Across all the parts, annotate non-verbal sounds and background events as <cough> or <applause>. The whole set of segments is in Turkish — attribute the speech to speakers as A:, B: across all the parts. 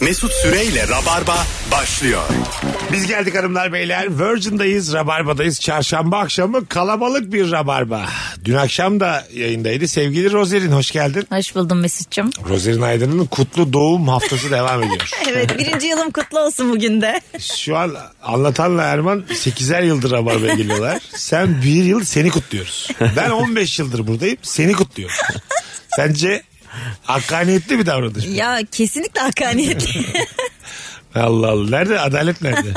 A: Mesut Süreyle Rabarba başlıyor.
B: Biz geldik hanımlar beyler. Virgin'dayız, Rabarba'dayız. Çarşamba akşamı kalabalık bir Rabarba. Dün akşam da yayındaydı. Sevgili Rozerin hoş geldin.
C: Hoş buldum Mesut'cum.
B: Rozerin Aydın'ın kutlu doğum haftası devam ediyor.
C: Evet birinci yılım kutlu olsun bugün de.
B: Şu an anlatanla Erman 8'er yıldır Rabarba'ya geliyorlar. Sen bir yıl seni kutluyoruz. Ben 15 yıldır buradayım seni kutluyorum. Sence hakkaniyetli bir davranış mı?
C: ya
B: <laughs>
C: kesinlikle hakkaniyetli.
B: Allah Allah. Nerede? Adalet nerede?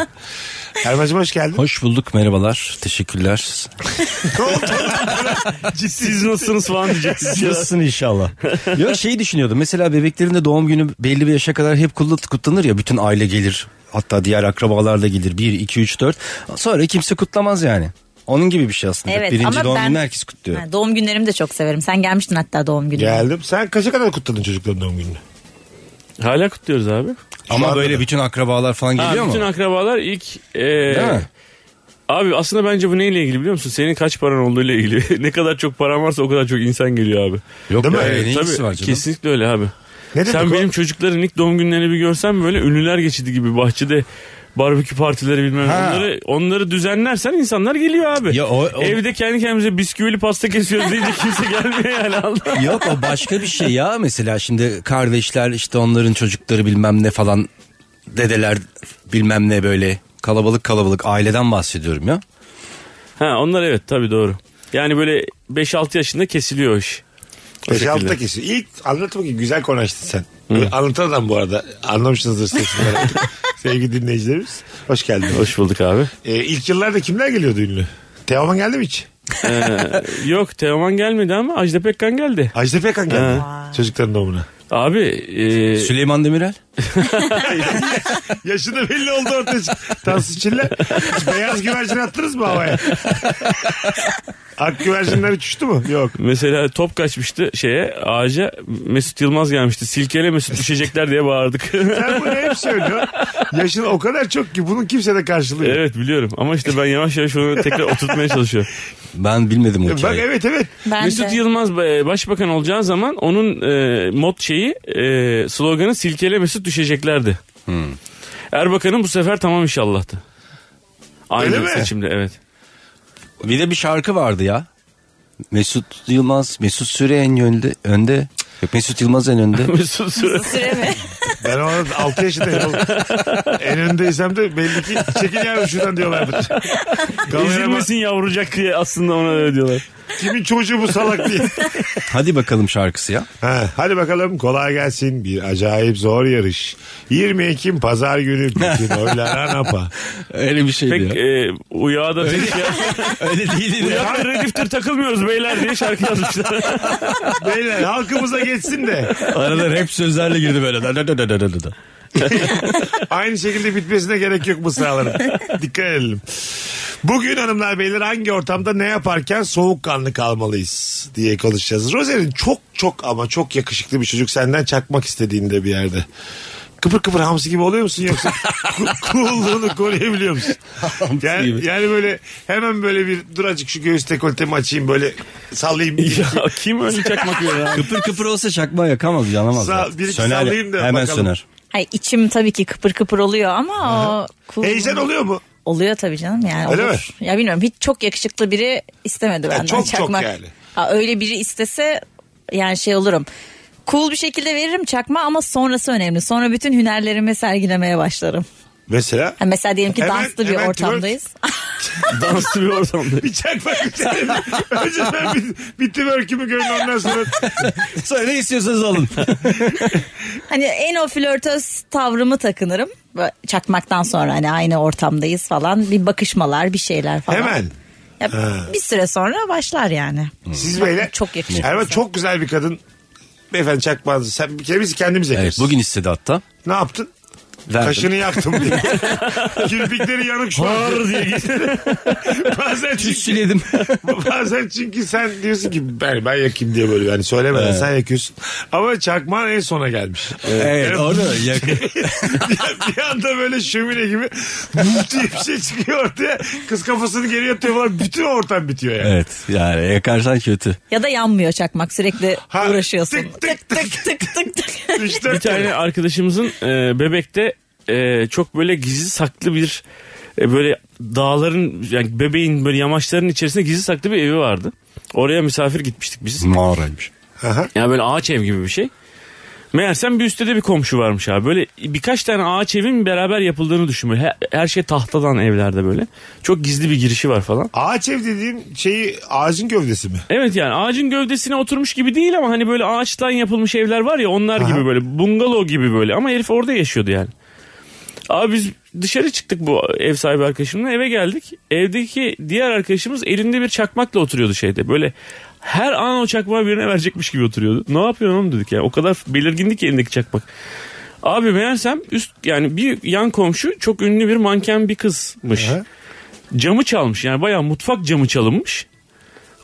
B: Erman'cığım hoş geldin.
D: Hoş bulduk merhabalar teşekkürler.
B: Ne oldu? Ciddi.
D: nasılsınız falan diyeceksiniz. Nasılsın inşallah. Yok şey düşünüyordum mesela bebeklerin de doğum günü belli bir yaşa kadar hep kutla- kutlanır ya bütün aile gelir. Hatta diğer akrabalar da gelir 1, 2, 3, 4 sonra kimse kutlamaz yani. Onun gibi bir şey aslında.
C: evet
D: Birinci
C: ama
D: doğum
C: ben
D: gününü herkes kutluyor.
C: Ha, doğum günlerimi de çok severim. Sen gelmiştin hatta doğum gününe.
B: Geldim. Sen kaça kadar kutladın çocukların doğum gününü?
E: Hala kutluyoruz abi.
D: Ama
B: anda da.
D: böyle bütün akrabalar falan
E: Ha,
D: geliyor
E: bütün
D: mu?
E: akrabalar ilk... e,
D: Değil mi?
E: abi aslında bence bu neyle ilgili biliyor musun? Senin kaç paran olduğuyla ilgili. <laughs> ne kadar çok paran varsa o kadar çok insan geliyor abi.
D: Yok
B: Değil mi?
D: be,
B: Evet,
D: ne ilgisi
E: Tabii,
D: var canım?
E: Kesinlikle öyle abi.
B: Ne dedik
E: Sen
B: o?
E: benim çocukların ilk doğum günlerini bir görsen böyle ünlüler geçidi gibi bahçede barbekü partileri bilmem
D: Ha.
E: onları onları düzenlersen insanlar geliyor abi.
D: Ya o- o-
E: Evde kendi kendimize bisküvili pasta
D: <laughs>
E: kesiyoruz deyince kimse gelmiyor yani Allah.
D: Yok o başka bir şey ya mesela şimdi kardeşler işte onların çocukları bilmem ne falan dedeler bilmem ne böyle kalabalık kalabalık aileden bahsediyorum ya.
E: Ha onlar evet tabii doğru. Yani böyle 5-6 yaşında kesiliyor o iş. O
B: 5
E: şekilde.
B: 6 kişi. İlk anlat bakayım güzel konuştun sen. Anlatan adam bu arada. Anlamışsınızdır <laughs> sesini. herhalde. Sevgili dinleyicilerimiz. Hoş geldiniz.
E: Hoş bulduk abi.
B: Ee, ilk yıllarda kimler geliyordu ünlü? Teoman geldi mi hiç?
E: Yok Teoman gelmedi ama Ajda Pekkan geldi.
B: Ajda Pekkan geldi. Çocukların doğumuna.
E: Abi e,
D: Süleyman Demirel.
B: Yaşı da belli oldu ortaya. çık- Tansu Çiller. Hiç Beyaz güvercin attınız mı havaya? Ak güvercinler hiç uçtu mu? Yok.
E: mesela top kaçmıştı şeye ağaca Mesut Yılmaz gelmişti. Silkele Mesut düşecekler diye bağırdık.
B: <laughs> Sen bunu hep söylüyorsun. Yaşın o kadar çok ki bunun kimse de karşılığı yok.
E: evet biliyorum ama işte ben yavaş yavaş onu tekrar oturtmaya çalışıyorum.
D: Ben bilmedim o
B: Bak
D: hikayeyi.
B: evet evet.
C: <laughs> Ben
E: Mesut
C: de.
E: Yılmaz e, başbakan olacağı zaman onun e, mod şeyi e, sloganı silkele Mesut düşeceklerdi.
B: Hmm.
E: Erbakan'ın bu sefer tamam inşallah'tı. Aynı
B: Öyle mi?
E: seçimde evet. <laughs>
D: Bir de bir şarkı vardı ya. Mesut Yılmaz, Mesut Süre en önde. önde. Yok, Mesut Yılmaz en <laughs> önde.
E: Mesut Süre-
C: Süre mi?
B: Ben ona 6 yaşındayım. oğlum. en öndeysem de belli ki çekin yavrum şuradan diyorlardır. Kamerama,
E: Ezilmesin yavrucak diye aslında ona öyle diyorlar.
B: kimin çocuğu bu salak diye.
D: Hadi bakalım şarkısı ya.
B: Ha, hadi bakalım kolay gelsin. Bir acayip zor yarış. 20 Ekim pazar günü bütün oylar anapa.
D: Öyle bir şeydi
E: Pek e, uyağa da pek ya-
D: Öyle değildi <laughs> ya.
E: Uyağa da rediftir takılmıyoruz beyler diye şarkı yazmışlar.
B: Beyler halkımıza geçsin de.
D: Arada rap sözlerle girdi böyle. Da, da, da, da, da, da.
B: Aynı şekilde bitmesine gerek yok bu sıraların. Dikkat edelim. Bugün hanımlar beyler hangi ortamda ne yaparken soğukkanlı kalmalıyız diye konuşacağız. Rozer'in çok çok ama çok yakışıklı bir çocuk senden çakmak istediğinde bir yerde. Kıpır kıpır hamsi gibi oluyor musun yoksa ku- cool'luğunu koruyabiliyor musun? Yani,
D: gibi.
B: yani böyle hemen böyle bir dur azıcık şu göğüs dekoltemi açayım böyle sallayayım.
E: ya kim öyle çakmak yiyor abi?
D: Kıpır kıpır olsa şakma yakamaz yanamaz.
B: Sağ-
D: ya.
B: bir iki
D: Söner,
B: sallayayım da
D: Hemen
B: bakalım.
D: söner.
C: Ay içim tabii ki kıpır kıpır oluyor ama o cool-
B: Heyecan oluyor mu?
C: Oluyor tabii canım yani.
B: Öyle
C: olur. Ya bilmiyorum hiç çok yakışıklı biri istemedi benden
B: çok çok
C: çakmak.
B: yani.
C: Ha, öyle biri istese yani şey olurum. Cool bir şekilde veririm çakma ama sonrası önemli. Sonra bütün hünerlerimi sergilemeye başlarım.
B: Mesela
C: Ha, mesela diyelim ki
B: Hemen-
C: danslı bir
B: hemen
C: ortamdayız.
E: Danslı bir ortamda.
B: bir çakmak <laughs> istedim. Önce ben bir, bir twerk'ümü görün ondan sonra
D: Sonra ne istiyorsanız alın.
C: Hani en o flörtöz tavrımı takınırım. Böyle Çakmaktan sonra hani aynı ortamdayız falan. Bir bakışmalar bir şeyler falan.
B: hemen.
C: Ya bir süre sonra başlar yani.
B: Siz böyle.
C: Çok yakışıklı.
B: Erman çok güzel bir kadın. Beyefendi çakmazdı. Sen bir kere biz kendimiz yakarız.
D: evet, bugün istedi hatta.
B: Ne yaptın?
D: Verdim.
B: Kaşını yaktım
D: <laughs>
B: diye. Kirpikleri yanık şu an. <laughs> bazen çünkü,
D: Tütsüledim. <laughs>
B: bazen çünkü sen diyorsun ki ben, ben yakayım diye böyle. Yani söylemeden sen yakıyorsun. Ama çakmağın en sona gelmiş.
D: evet
B: Yani
D: onu yak-
B: <laughs> bir, bir anda böyle şömine gibi <laughs> buf diye bir şey çıkıyor ortaya. Kız kafasını geri yatıyor falan. Bütün ortam bitiyor yani.
D: Evet yani yakarsan kötü.
C: Ya da yanmıyor çakmak sürekli
B: Ha,
C: uğraşıyorsun.
B: tık tık
C: tık tık tık tık. <laughs>
B: Üç dört
E: Bir tane arkadaşımızın e, bebekte e, çok böyle gizli saklı bir e, böyle dağların yani bebeğin böyle yamaçların içerisinde gizli saklı bir evi vardı. Oraya misafir gitmiştik biz.
D: Mağaraymış.
E: Yani böyle ağaç ev gibi bir şey. Meğersem bir üstte de bir komşu varmış abi. Böyle birkaç tane ağaç evin beraber yapıldığını düşün. Böyle Her, her şey tahtadan evlerde böyle. Çok gizli bir girişi var falan.
B: Ağaç ev dediğin şeyi ağacın gövdesi mi?
E: Evet yani ağacın gövdesine oturmuş gibi değil ama hani böyle ağaçtan yapılmış evler var ya onlar
B: Aha.
E: gibi böyle bungalov gibi böyle ama herif orada yaşıyordu yani. Abi biz dışarı çıktık bu ev sahibi arkadaşımla eve geldik. Evdeki diğer arkadaşımız elinde bir çakmakla oturuyordu şeyde böyle her an o çakmağı birine verecekmiş gibi oturuyordu. Ne yapıyorsun oğlum dedik yani o kadar belirgindi ki elindeki çakmak. Abi meğersem üst yani bir yan komşu çok ünlü bir manken bir kızmış.
B: Aha.
E: Camı çalmış yani bayağı mutfak camı çalınmış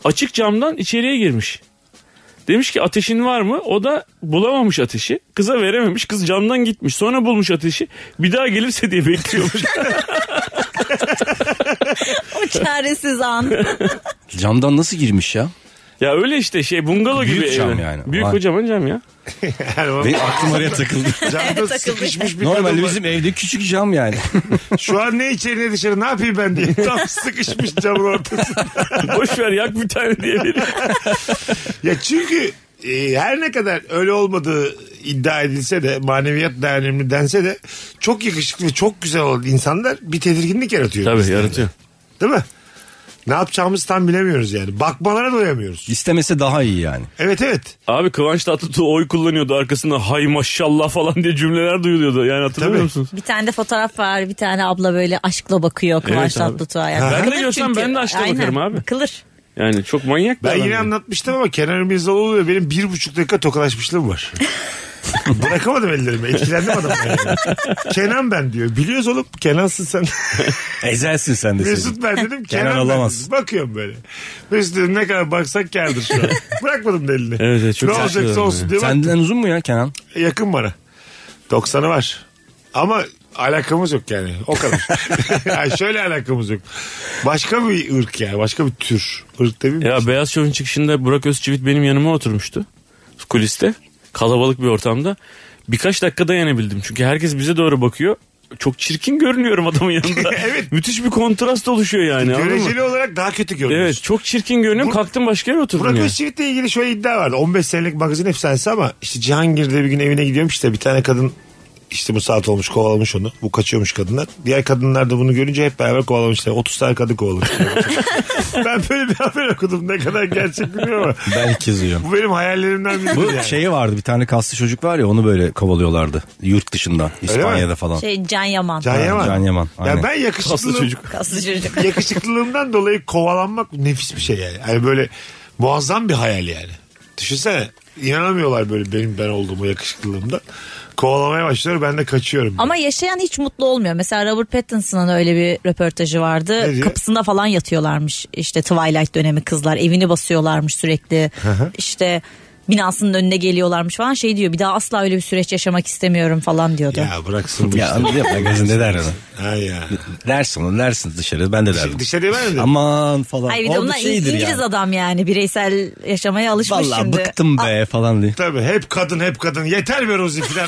E: açık camdan içeriye girmiş. Demiş ki ateşin var mı? O da bulamamış ateşi. Kıza verememiş. Kız camdan gitmiş. Sonra bulmuş ateşi. Bir daha gelirse diye
D: <laughs>
E: bekliyormuş.
C: O çaresiz an.
D: Camdan nasıl girmiş ya?
E: ya öyle işte şey bungalov
D: Büyük
E: gibi.
D: cam
E: evler.
D: yani.
E: Büyük
D: Vay.
E: kocaman cam ya. <laughs>
B: Yani
D: Ve aklım oraya <laughs> takıldı.
B: camda sıkışmış bir
D: Normalde
B: kadın var.
D: bizim evde küçük cam yani.
B: Şu an ne içeri ne dışarı ne yapayım ben
D: <laughs>
B: diye. Tam sıkışmış camın ortasında.
E: Boş ver yak bir tane diye verir.
B: Ya çünkü e, her ne kadar öyle olmadığı iddia edilse de maneviyat da önemli dense de çok yakışıklı ve çok güzel olan insanlar bir tedirginlik yaratıyor.
E: Tabii
B: bizlerde.
E: yaratıyor.
B: Değil mi? Ne yapacağımızı tam bilemiyoruz yani. Bakmalara doyamıyoruz.
D: İstemese daha iyi yani.
B: Evet evet.
E: Abi Kıvanç Tatlıtuğ oy kullanıyordu arkasında hay maşallah falan diye cümleler duyuluyordu. Yani hatırlıyor
B: Tabii.
E: musunuz?
C: Bir tane de fotoğraf var. Bir tane abla böyle aşkla bakıyor Kıvanç
E: Evet abi.
C: Tatlıtuğ'a. Yani.
E: Ben de
C: Bakılır
E: görsem
C: çünkü.
E: ben de aşkla
C: Aynen,
E: bakarım abi.
C: Bakılır.
E: Yani çok manyak bir
B: Ben
E: adam
B: yine
E: yani.
B: anlatmıştım ama Kenan Ümürzoğlu ve benim bir buçuk dakika tokalaşmışlığım
E: <laughs>
B: var. Bırakamadım ellerimi. Etkilendim adamdan. yani. Kenan ben diyor. Biliyoruz oğlum Kenan'sın
E: <laughs>
B: sen.
D: Ezelsin sen de.
B: Mesut ben dedim. Kenan,
D: Kenan
B: ben
D: olamaz.
B: dedim. Bakıyorum böyle. Mesut dedim ne kadar baksak kârdır şu
E: <laughs>
B: an. Bırakmadım da elini.
E: Evet, evet, çok
B: ne
E: saçma
D: şey
B: olacaksa
E: adam
B: olsun
E: ya.
B: diye. Bak,
D: Senden uzun mu ya Kenan?
B: yakın bana. 90'ı var. Ama alakamız yok yani. O kadar.
E: <laughs>
B: yani şöyle alakamız yok. Başka bir ırk yani. Başka bir tür. Irk demeyeyim mi?
E: Ya Beyaz Şov'un çıkışında Burak Özçivit benim yanıma oturmuştu. Kuliste. Kalabalık bir ortamda. Birkaç dakika dayanabildim. Çünkü herkes bize doğru bakıyor. Çok çirkin görünüyorum adamın yanında.
B: <laughs> Evet.
E: Müthiş bir kontrast oluşuyor yani. anladın mı?
B: Göreceli olarak daha kötü görünüyorsun.
E: Evet çok çirkin görünüyorum. Kalktım başka yere oturdum.
B: Burak
E: yani.
B: Özçivit'le ilgili şöyle iddia vardı. 15 senelik magazin efsanesi ama işte Cihangir'de bir gün evine gidiyormuş da bir tane kadın işte bu saat olmuş kovalamış onu. Bu kaçıyormuş kadınlar. Diğer kadınlar da bunu görünce hep beraber kovalamışlar. 30 tane kadın
D: <laughs>
B: kovalamış. ben böyle bir haber okudum. Ne kadar gerçek bilmiyorum ama.
D: Ben kızıyorum.
B: Bu benim hayallerimden biri.
D: Bu şey-
B: yani.
D: şeyi vardı bir tane kaslı çocuk var ya onu böyle kovalıyorlardı. Yurt dışından İspanya'da falan.
C: Şey Can Yaman.
B: Can Yaman.
D: Can Yaman,
B: Ya
D: aynen.
B: ben
E: Kaslı
B: yakışıklılığım,
E: çocuk.
C: Kaslı
B: <laughs>
C: çocuk.
B: yakışıklılığımdan dolayı kovalanmak nefis bir şey yani. Yani böyle muazzam bir hayal yani. Düşünsene inanamıyorlar böyle benim ben olduğumu yakışıklılığımda. Kovalamaya başlıyor ben de kaçıyorum.
C: Ama yaşayan hiç mutlu olmuyor. Mesela Robert Pattinson'ın öyle bir röportajı
B: Ne
C: vardı.
B: diyor?
C: Kapısında falan yatıyorlarmış işte Twilight dönemi kızlar. Evini basıyorlarmış sürekli. işte binasının önüne geliyorlarmış falan şey diyor. Bir daha asla öyle bir süreç yaşamak istemiyorum falan diyordu.
B: Ya bıraksın bu
D: Ya
B: işte.
D: anladın mı? magazinde der onu.
B: Ha ya.
D: Dersin onu dersin dışarı ben de derdim.
B: Dışarıya ben de.
D: Aman falan.
C: Ay bir de
D: Orada
C: bunlar
D: şeydir
C: İngiliz
D: yani.
C: adam yani bireysel yaşamaya alışmış
D: Vallahi
C: şimdi.
D: bıktım be falan diye.
B: Tabii hep kadın hep kadın yeter be Rozi
C: <laughs>
B: filan.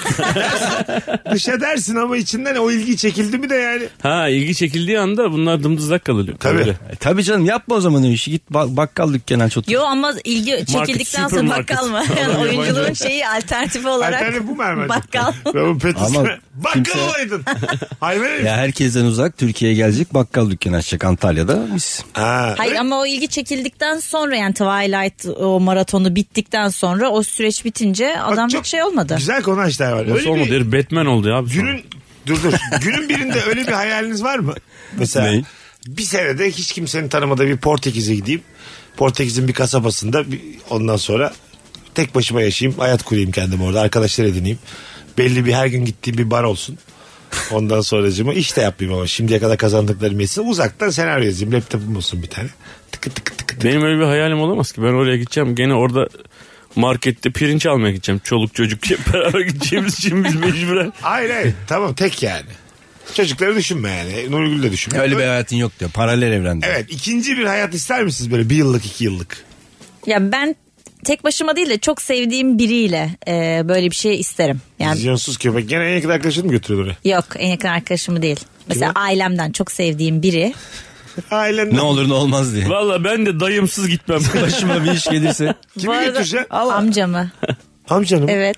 B: Dışa dersin ama içinden o ilgi çekildi mi de yani.
E: Ha ilgi çekildiği anda bunlar dımdızlak kalıyor.
B: Tabii.
E: Öyle.
D: E, tabii canım yapma o zaman o işi git bak- bakkal dükkanına çok.
C: Yo ama ilgi çekildikten sonra
E: supermarket.
C: bakkal mı? Yani oyunculuğun şeyi alternatifi olarak
B: Alternatif bu mu Erman?
C: bakkal.
B: Robin Pattinson'a,
D: Ama
B: Bakkal
D: kimse- <laughs>
B: olaydın. Hayvan herif.
D: Ya herkesten uzak Türkiye'ye gelecek bakkal dükkanı açacak Antalya'da mis.
B: Ha.
C: Hayır ama o ilgi çekildikten sonra yani Twilight o maratonu bittikten sonra o süreç bitince adam
B: çok
C: hiç şey olmadı.
B: Güzel konu açtı Erman. Öyle
E: Nasıl
B: bir
E: olmadı? Herif Batman oldu ya. abi sonra.
B: günün dur dur. günün birinde öyle bir hayaliniz var mı? Mesela
D: Ney?
B: bir senede hiç kimsenin tanımadığı bir Portekiz'e gideyim. Portekiz'in bir kasabasında bir- ondan sonra tek başıma yaşayayım. Hayat kurayım kendim orada. Arkadaşlar edineyim. Belli bir her gün gittiğim bir bar olsun. Ondan sonracığıma iş de yapmayayım ama şimdiye kadar kazandıklarım yetsin. Uzaktan senaryo yazayım. Laptopum olsun bir tane. Tıkı tıkı tıkı tıkı.
E: Benim öyle bir hayalim olamaz ki. Ben oraya gideceğim. Gene orada markette pirinç almaya gideceğim. Çoluk çocuk <laughs> diye beraber gideceğimiz için biz mecburen.
B: Hayır hayır tamam tek yani. Çocukları düşünme yani. Nurgül de düşünme.
D: Öyle bir hayatın yok diyor. Paralel evrende.
B: Evet ikinci bir hayat ister misiniz böyle bir yıllık iki yıllık?
C: Ya ben tek başıma değil de çok sevdiğim biriyle e, böyle bir şey isterim. Yani
B: Vizyonsuz köpek. Gene en yakın arkadaşını mı götürüyor oraya?
C: yok en yakın arkadaşımı değil. Mesela ailemden çok sevdiğim biri.
B: <laughs> Ailen
D: Ne olur ne olmaz diye.
E: Valla ben de dayımsız gitmem.
B: <laughs>
D: Başıma bir iş gelirse.
B: Kimi
C: Bu arada-
B: götüreceksin?
C: Amcamı.
B: Amcanım.
C: Evet.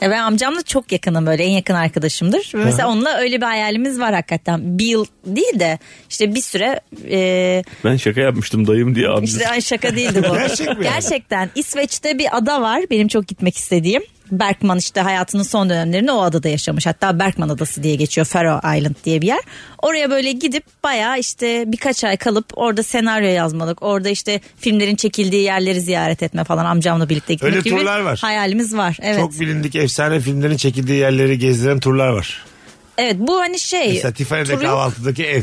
C: Ya ben amcamla çok yakınım böyle en yakın arkadaşımdır. Ve mesela onunla öyle bir hayalimiz var hakikaten. Bir yıl değil de işte bir süre e,
E: ben şaka yapmıştım dayım diye abi.
C: işte ay şaka değildi
B: <laughs>
C: bu.
B: Gerçek mi yani?
C: Gerçekten İsveç'te bir ada var benim çok gitmek istediğim. Berkman işte hayatının son dönemlerini o adada yaşamış. Hatta Berkman Adası diye geçiyor. Faroe Island diye bir yer. Oraya böyle gidip bayağı işte birkaç ay kalıp orada senaryo yazmalık. Orada işte filmlerin çekildiği yerleri ziyaret etme falan amcamla birlikte gitmek
B: Öyle
C: gibi
B: turlar var.
C: hayalimiz var. Evet.
B: Çok bilindik efsane filmlerin çekildiği yerleri gezdiren turlar var.
C: Evet bu hani şey.
B: Mesela Tiffany'de
C: turu-
B: kahvaltıdaki ev.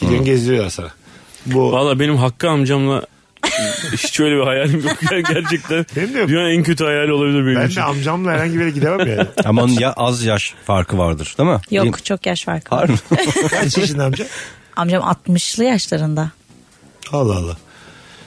B: Gidiyorsun gezdiriyorlar sana. Bu
E: Valla benim Hakkı amcamla hiç öyle bir hayalim
B: <laughs>
E: yok. Yani gerçekten
B: Benim de yok.
E: dünyanın en kötü hayali olabilir benim
B: ben
E: için.
B: de amcamla herhangi bir yere gidemem yani.
D: Ama onun ya az yaş farkı vardır değil mi? Benim-
C: Yok çok yaş farkı var. <laughs>
D: Var mı?
B: Kaç yaşında amca?
C: Amcam 60'lı yaşlarında.
B: Allah Allah.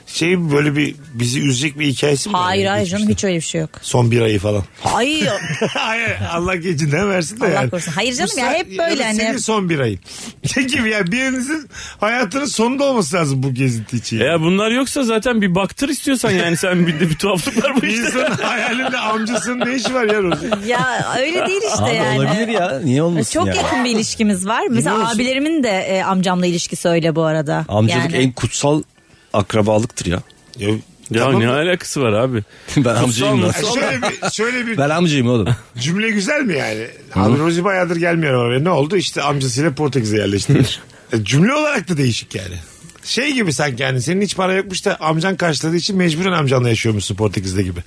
B: Şey böyle bir bizi üzecek bir hikayesi mi? var
C: Hayır
B: yani
C: hayır canım
B: geçmişte?
C: hiç öyle bir şey yok.
B: Son bir ayı falan.
C: Hayır.
B: <laughs> Hayır Allah gecinden versin de
C: Allah
B: yani.
C: korusun. Hayır canım
B: Bu
C: ya,
B: sen-
C: hep böyle
B: da
C: hani.
B: Senin son bir ayın. <laughs> Ne gibi ya birinizin hayatının sonunda olması lazım bu gezinti için. <laughs>
E: Eğer bunlar yoksa zaten bir baktır istiyorsan yani sen bir de bir tuhaflık var bu
B: Bir
E: işte.
B: insanın hayalinde amcasının ne işi var ya Rozi?
C: ya öyle değil işte
D: Abi
C: yani.
D: olabilir ya. Niye olmasın
C: Çok
D: yani?
C: yakın bir ilişkimiz var. Mesela
B: Biliyorsun.
C: abilerimin de e, amcamla ilişkisi öyle bu arada.
D: Amcalık
C: Yani.
D: en kutsal akrabalıktır ya. <laughs>
B: Ya,
E: Ya
B: tamam.
E: ne alakası var abi?
D: Ben amcayım lan.
B: Ya Şöyle bir, şöyle bir
D: Ben amcayım oğlum.
B: cümle güzel mi yani? Abi Rozi bayağıdır gelmiyor ama ne oldu? İşte amcasıyla Portekiz'e yerleşti. E, cümle olarak da değişik yani. Şey gibi sanki yani senin hiç para yokmuş da amcan karşıladığı için mecburen amcanla yaşıyormuşsun Portekiz'de gibi.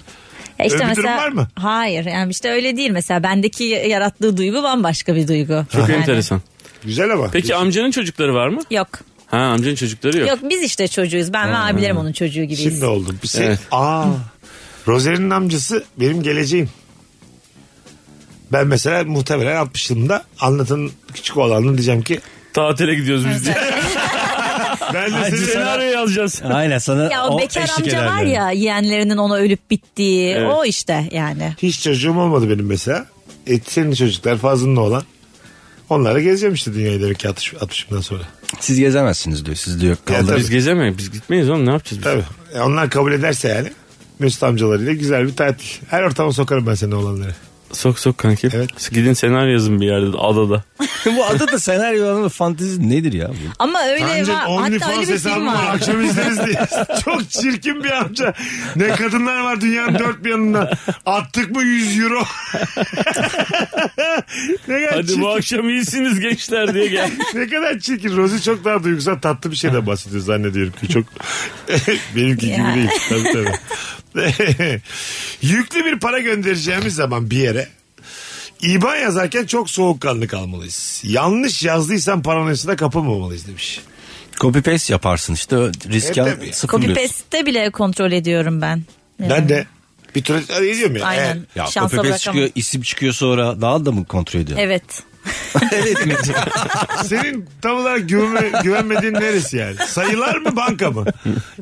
C: Ya e, işte
B: Öyle bir durum
C: mesela-
B: var mı?
C: Hayır yani işte öyle değil mesela bendeki yarattığı duygu bambaşka bir duygu.
E: Çok
C: Yani-
E: enteresan.
B: Güzel ama.
E: Peki amcanın çocukları var mı?
C: Yok.
E: Ha amcanın çocukları yok.
C: Yok biz işte çocuğuz. Ben ve abilerim onun çocuğu gibiyiz.
B: Şimdi oldum. Bir şey-
E: Evet.
B: Aa. Rozer'in amcası benim geleceğim. Ben mesela muhtemelen 60 yılında anlatın küçük oğlanını diyeceğim ki
E: Tatile gidiyoruz biz diye.
B: ben de
E: <laughs> Biz
B: seni
E: senaryo yazacağız.
D: Aynen sana
C: Ya o bekar
D: eşlik
C: amca
D: eder
C: var
D: yani.
C: ya yeğenlerinin ona ölüp bittiği
E: Evet.
C: o işte yani.
B: hiç çocuğum olmadı benim mesela. E, senin çocuklar fazlının olan. Onlarla gezeceğim işte dünyayı demek ki 60, 60'ımdan sonra.
D: Siz gezemezsiniz diyor. Siz diyor
B: Ya
D: kaldır.
B: tabii.
E: Biz gezemeyiz. Biz gitmeyiz oğlum ne yapacağız biz?
B: Tabii. E, onlar kabul ederse yani. Mesut amcalarıyla güzel bir tatil. Her ortama sokarım ben senin oğlanları.
E: Sok sok kanki.
B: Evet.
E: Gidin senaryo yazın bir yerde adada.
D: <laughs> bu adı da senaryo fantezi nedir ya? Bu?
C: Ama öyle
B: Amca
C: var. Hatta öyle
B: OnlyFans
C: bir film
B: hesabını
C: var.
B: akşam izleriz diye.
C: <laughs>
B: Çok çirkin bir amca. Ne kadınlar var dünyanın dört bir yanından. Attık mı 100 euro? <laughs> ne kadar
E: Hadi
B: çirkin.
E: bu akşam iyisiniz gençler diye gel.
B: Ne kadar çirkin. Rozi çok daha duygusal tatlı bir şeyden bahsediyor zannediyorum ki çok <laughs> benimki gibi
C: Ya.
B: değil. Tabii tabii. <laughs> Yüklü bir para göndereceğimiz zaman bir yere İban yazarken çok soğukkanlı kalmalıyız. Yanlış yazdıysan paranoyasına kapılmamalıyız demiş.
D: Copy paste yaparsın işte o riski
B: E, tabii.
D: al- sıfırlıyorsun.
C: Copy paste'te bile kontrol ediyorum ben. Yani.
B: Ben de bir türlü ediyorum ya.
C: Aynen.
B: Evet.
D: Ya
C: Şansa
D: copy paste
C: bırakamam.
D: çıkıyor isim çıkıyor sonra daha da mı kontrol ediyor?
C: Evet.
D: evet <laughs> mi?
B: Senin tam olarak güvenme- güvenmediğin neresi yani? Sayılar mı banka mı?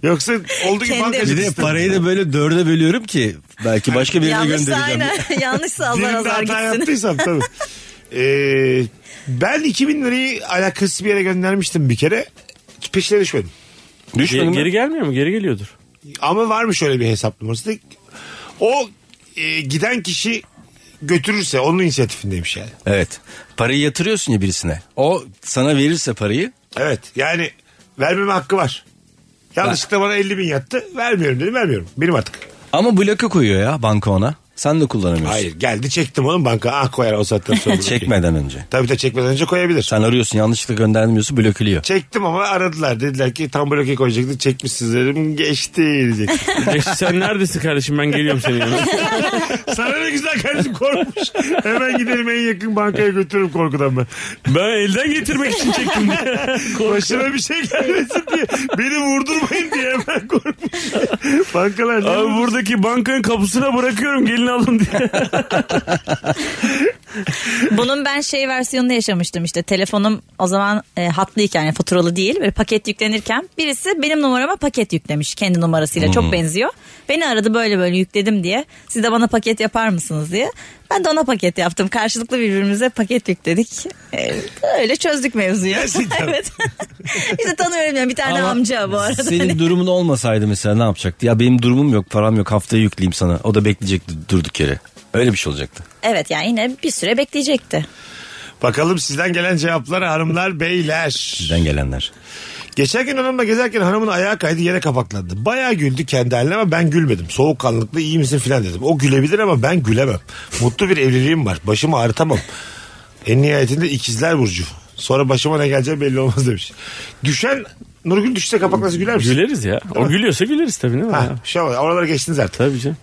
B: Yoksa olduğu gibi
C: Kendi
B: bankacı
D: bir de
B: sistemi.
D: parayı da böyle dörde bölüyorum ki belki başka birine
C: Yanlışsa
D: göndereceğim.
C: aynen. <laughs> Yanlışsa azar
B: Birinde
C: azar
B: hata
C: gitsin.
B: yaptıysam tabii. Ee, ben 2000 lirayı alakasız bir yere göndermiştim bir kere. Peşine düşmedim.
D: Düşmedi
E: Ge-
D: mi?
E: geri gelmiyor mu? Geri geliyordur.
B: Ama varmış öyle bir hesap numarası. da. O e, giden kişi götürürse onun inisiyatifindeymiş yani.
D: Evet. Parayı yatırıyorsun ya birisine. O sana verirse parayı
B: Evet yani vermeme hakkı var. Yanlışlıkla bana 50 bin yattı. Vermiyorum dedim vermiyorum. Benim artık.
D: ama bloka koyuyor ya banka ona. Sen de kullanamıyorsun.
B: Hayır geldi çektim oğlum banka. Ah koyar o saatten
D: <laughs>
B: sonra.
D: Çekmeden önce.
B: Tabii de çekmeden önce koyabilir.
D: Sen arıyorsun yanlışlıkla göndermiyorsun blokülüyor.
B: Çektim ama aradılar. Dediler ki tam bloke koyacaktı. Çekmişsiniz dedim. Geçti diyecek.
E: Ya sen neredesin kardeşim ben geliyorum senin yanına.
B: Sana ne güzel kardeşim korkmuş. Hemen gidelim en yakın bankaya götürürüm korkudan ben.
E: <laughs> Ben elden getirmek için çektim diye.
B: Başıma bir şey gelmesin diye. Beni vurdurmayın diye hemen korkmuş. Bankalar ne
E: Abi
B: vurdu?
E: buradaki bankanın kapısına bırakıyorum gelin alın diye.
C: Bunun ben şey versiyonunu yaşamıştım işte telefonum o zaman e, hatlıyken yani faturalı değil böyle paket yüklenirken birisi benim numarama paket yüklemiş kendi numarasıyla çok benziyor. Beni aradı böyle böyle yükledim diye siz de bana paket yapar mısınız diye. Ben de ona paket yaptım karşılıklı birbirimize paket yükledik. E, öyle çözdük mevzuyu.
B: Gerçekten.
C: <laughs> evet. işte tanıyorum yani bir tane
D: Ama
C: amca bu arada. Hani-
D: Senin durumun olmasaydı mesela ne yapacaktı? Ya benim durumum yok param yok haftaya yükleyeyim sana. O da bekleyecekti durduk yere. Öyle bir şey olacaktı.
C: Evet yani yine bir süre bekleyecekti.
B: Bakalım sizden gelen cevaplar hanımlar beyler.
D: Bizden gelenler.
B: Geçen gün hanımla gezerken hanımın ayağı kaydı yere kapaklandı. Bayağı güldü kendi haline ama ben gülmedim. Soğukkanlıklı iyi misin filan dedim. O gülebilir ama ben gülemem. Mutlu bir evliliğim var. Başımı ağrıtamam. En nihayetinde ikizler burcu. Sonra başıma ne geleceği belli olmaz demiş. Düşen Nurgül düşse kapaklansa güler misin?
E: <laughs> Güleriz ya. O gülüyorsa güleriz tabii değil mi?
B: Ha, şey ama oralara geçtiniz artık.
E: Tabii canım.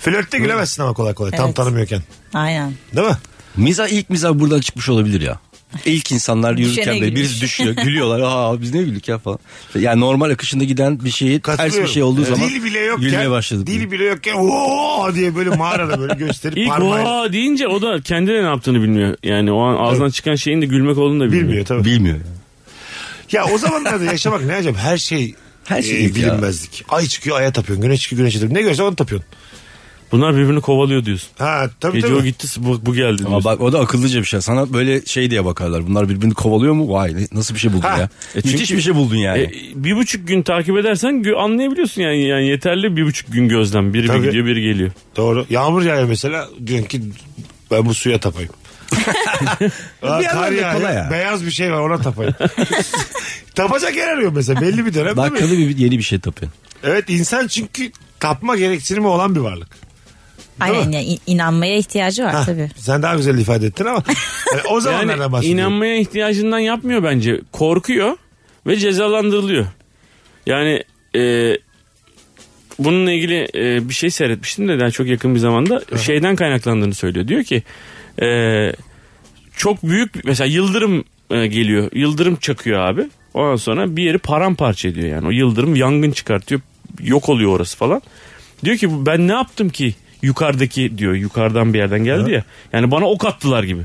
B: Flörtte gülemezsin ama kolay kolay. Tam
C: Evet.
B: tanımıyorken.
C: Aynen.
B: Değil mi?
D: Miza ilk miza buradan çıkmış olabilir ya. İlk insanlar yürürken
C: Düşene
D: böyle
C: gülmüş.
D: birisi düşüyor gülüyorlar. Aa biz ne güldük ya falan. Yani normal akışında giden bir şeyi ters bir
B: Katılıyorum.
D: şey olduğu zaman
B: Dil bile yokken,
D: gülmeye başladık.
B: Dil bile yokken ooo diye böyle mağarada böyle gösterip
E: İlk
B: parmağıyla.
E: oha deyince o da kendine ne yaptığını bilmiyor. Yani o an ağzından çıkan şeyin de gülmek olduğunu da bilmiyor.
B: Bilmiyor tabii.
D: Bilmiyor.
B: Ya o zamanlarda
D: <laughs>
B: yaşamak ne acaba her şey
D: Her şey
B: e,
D: ilk ya.
B: bilinmezlik. Ay çıkıyor aya tapıyorsun. Güneş çıkıyor güneşe tapıyorsun. Ne görsen onu tapıyorsun.
E: Bunlar birbirini kovalıyor diyorsun.
B: Ha tabii
E: Gece o
B: tabii.
E: gitti bu, bu geldi diyorsun.
D: Ama bak o da akıllıca bir şey. Sana böyle şey diye bakarlar. Bunlar birbirini kovalıyor mu? Vay ne- nasıl bir şey buldun
B: Ha.
D: ya.
E: E çünkü-
D: Müthiş bir şey buldun yani.
E: E, bir buçuk gün takip edersen gö- anlayabiliyorsun yani. yani yeterli bir buçuk gün gözlem. Biri
B: Tabii.
E: bir gidiyor biri geliyor.
B: Doğru. Yağmur yağıyor mesela. Diyorsun ki ben bu suya
D: <laughs>
B: tapayım. Aa,
D: Bir yandan
B: kar
D: da
B: yağıyor.
D: kolay ya.
B: Beyaz bir şey var ona
D: <laughs>
B: tapayım. Tapacak yer arıyor mesela belli bir dönem değil mi?
D: Dakikalı bir yeni bir şey tapıyorsun.
B: Evet insan çünkü tapma gereksinimi olan bir varlık.
C: Aynen yani in- inanmaya ihtiyacı
D: E,
C: var
B: Hah,
C: tabii.
B: Sen daha güzel ifade ettin
D: <laughs>
B: ama yani o zamanlardan
E: Yani
B: bahsediyorum.
E: inanmaya ihtiyacından yapmıyor bence. Korkuyor ve cezalandırılıyor. Yani e, bununla ilgili e, bir şey seyretmiştim de daha çok yakın bir zamanda şeyden kaynaklandığını söylüyor. Diyor ki e, çok büyük mesela yıldırım e, geliyor. Yıldırım çakıyor abi. Ondan sonra bir yeri paramparça ediyor yani. O yıldırım yangın çıkartıyor. Yok oluyor orası falan. Diyor ki ben ne yaptım ki yukarıdaki diyor yukarıdan bir yerden geldi ya. Yani bana ok attılar gibi.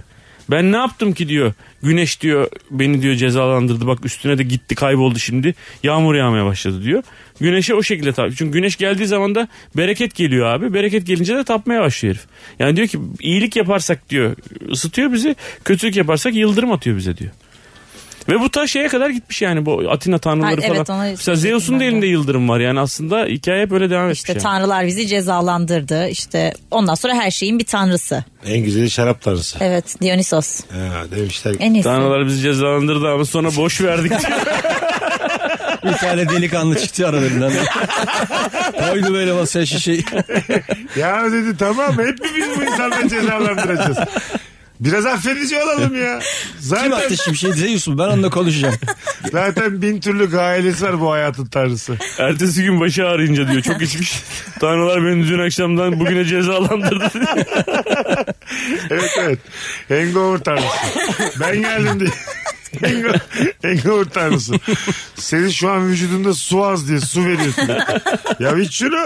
E: Ben ne yaptım ki diyor. Güneş diyor beni diyor cezalandırdı. Bak üstüne de gitti kayboldu şimdi. Yağmur yağmaya başladı diyor. Güneşe o şekilde tabi. Çünkü güneş geldiği zaman da bereket geliyor abi. Bereket gelince de tapmaya başlıyor herif. Yani diyor ki iyilik yaparsak diyor ısıtıyor bizi. Kötülük yaparsak yıldırım atıyor bize diyor. Ve bu ta şeye kadar gitmiş yani bu Atina tanrıları
C: Ha, evet,
E: falan.
C: ona
E: Mesela Zeus'un da
C: söyleyecektim ben
E: elinde
C: de.
E: yıldırım var yani aslında hikaye böyle devam etmiş.
C: İşte
E: yani.
C: tanrılar bizi cezalandırdı. İşte ondan sonra her şeyin bir tanrısı.
B: En güzeli şarap tanrısı.
C: Evet Dionysos.
B: Ha, demişler.
C: En iyisi.
E: Tanrılar bizi cezalandırdı ama sonra boş verdik.
C: <laughs>
D: Bir tane delikanlı çıktı aralarından. Koydu böyle masaya şişeyi.
B: Ya dedi tamam hepimiz bu insanları cezalandıracağız. Biraz affedici olalım ya.
D: Kim
B: Zaten,
D: attı şimşeği Zeus mu? Ben onunla konuşacağım.
B: zaten bin türlü gayelesi var bu hayatın tanrısı.
E: Ertesi gün başı ağrıyınca diyor çok içmiş. Tanrılar beni dün akşamdan bugüne cezalandırdı.
B: Evet evet. Hangover tanrısı. Ben geldim diye. Hango- Hangover tanrısı. Senin şu an vücudunda su az diye su veriyorsun. Ya iç şunu.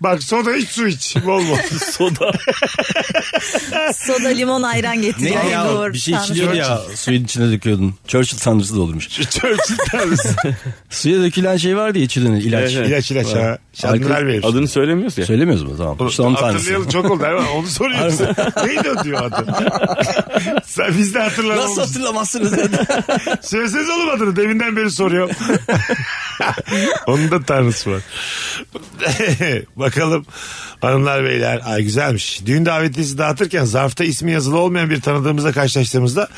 B: Bak soda iç su iç. Bol bol.
E: Soda.
C: Soda, limon, ayran getir.
D: Neydi ya?
C: Olur,
D: Bir şey
C: tanrı.
D: içiliyordu ya. Suyun içine döküyordun. Churchill tanrısı da olurmuş.
B: Churchill tanrısı.
D: Suya dökülen şey vardı ya içilen ilaç.
E: Evet, evet.
B: İlaç ilaç ha. Şandılar
D: Alkol-
B: verir.
E: Adını söylemiyoruz ya.
D: Söylemiyoruz mu? Tamam. İşte onun tanesi.
B: Hatırlayalım çok oldu hemen onu soruyorsun. <laughs> Neydi o diyor adı? Sen biz de hatırlamamız. <laughs>
D: Nasıl hatırlamazsınız?
B: Söyleseniz oğlum adını deminden beri
D: <laughs>
B: soruyorum. Onun da tanrısı var. <laughs> Bakalım hanımlar beyler. Ay güzelmiş. Düğün davetiyesi dağıtırken zarfta ismi yazılı olmayan bir tanıdığımızla karşılaştığımızda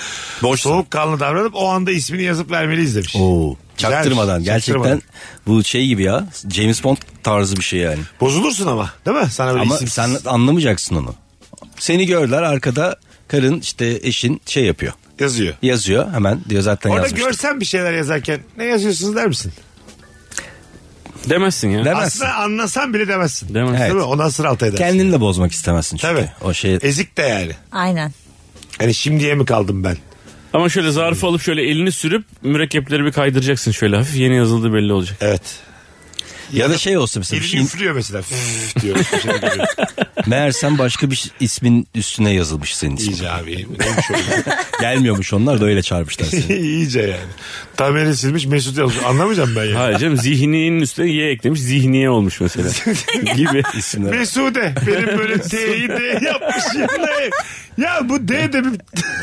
D: Boş
B: soğukkanlı davranıp o anda ismini yazıp vermeliyiz demiş.
D: Oo.
B: Güzelmiş.
D: Çaktırmadan. Gerçekten
B: Çaktırmadan.
D: bu şey gibi ya. James Bond tarzı bir şey yani.
B: Bozulursun ama değil mi? Sana böyle
D: Ama
B: isimsiz.
D: sen anlamayacaksın onu. Seni gördüler arkada karın işte eşin şey yapıyor.
B: yazıyor.
D: Yazıyor hemen diyor zaten
B: Orada
D: yazmıştım.
B: görsen bir şeyler yazarken ne yazıyorsunuz der misin?
E: Demezsin ya.
D: Demezsin.
B: Aslında anlasan bile demezsin.
E: Demezsin.
B: Değil
D: Evet.
B: mi? Ondan sıra altı edersin.
D: Kendini de bozmak istemezsin çünkü.
B: Tabii. E,
D: O şey
B: Ezik de yani.
C: Aynen.
B: Hani şimdiye mi kaldım ben?
E: Ama şöyle zarfı alıp şöyle elini sürüp mürekkepleri bir kaydıracaksın şöyle hafif yeni yazıldı belli <laughs> olacak.
B: Evet.
D: ya da şey olsun mesela.
B: Elini
D: bir şey-
B: üflüyor mesela. Üf diyor. Bir şey geliyor.
D: meğersem başka bir ismin üstüne yazılmış senin ismin.
B: İyice abi. <laughs> Neymiş o?
D: Gelmiyormuş onlar da öyle çarpmışlar
B: <laughs>
D: seni.
B: İyice yani. Tamer'i silmiş Mesut yazmış. Anlamayacağım ben yani.
E: Hayır canım zihninin üstüne y eklemiş zihniye olmuş mesela <laughs> gibi.
D: İsimler.
B: Mesude benim böyle T'yi D yapmış yani. Ya bu D de bir...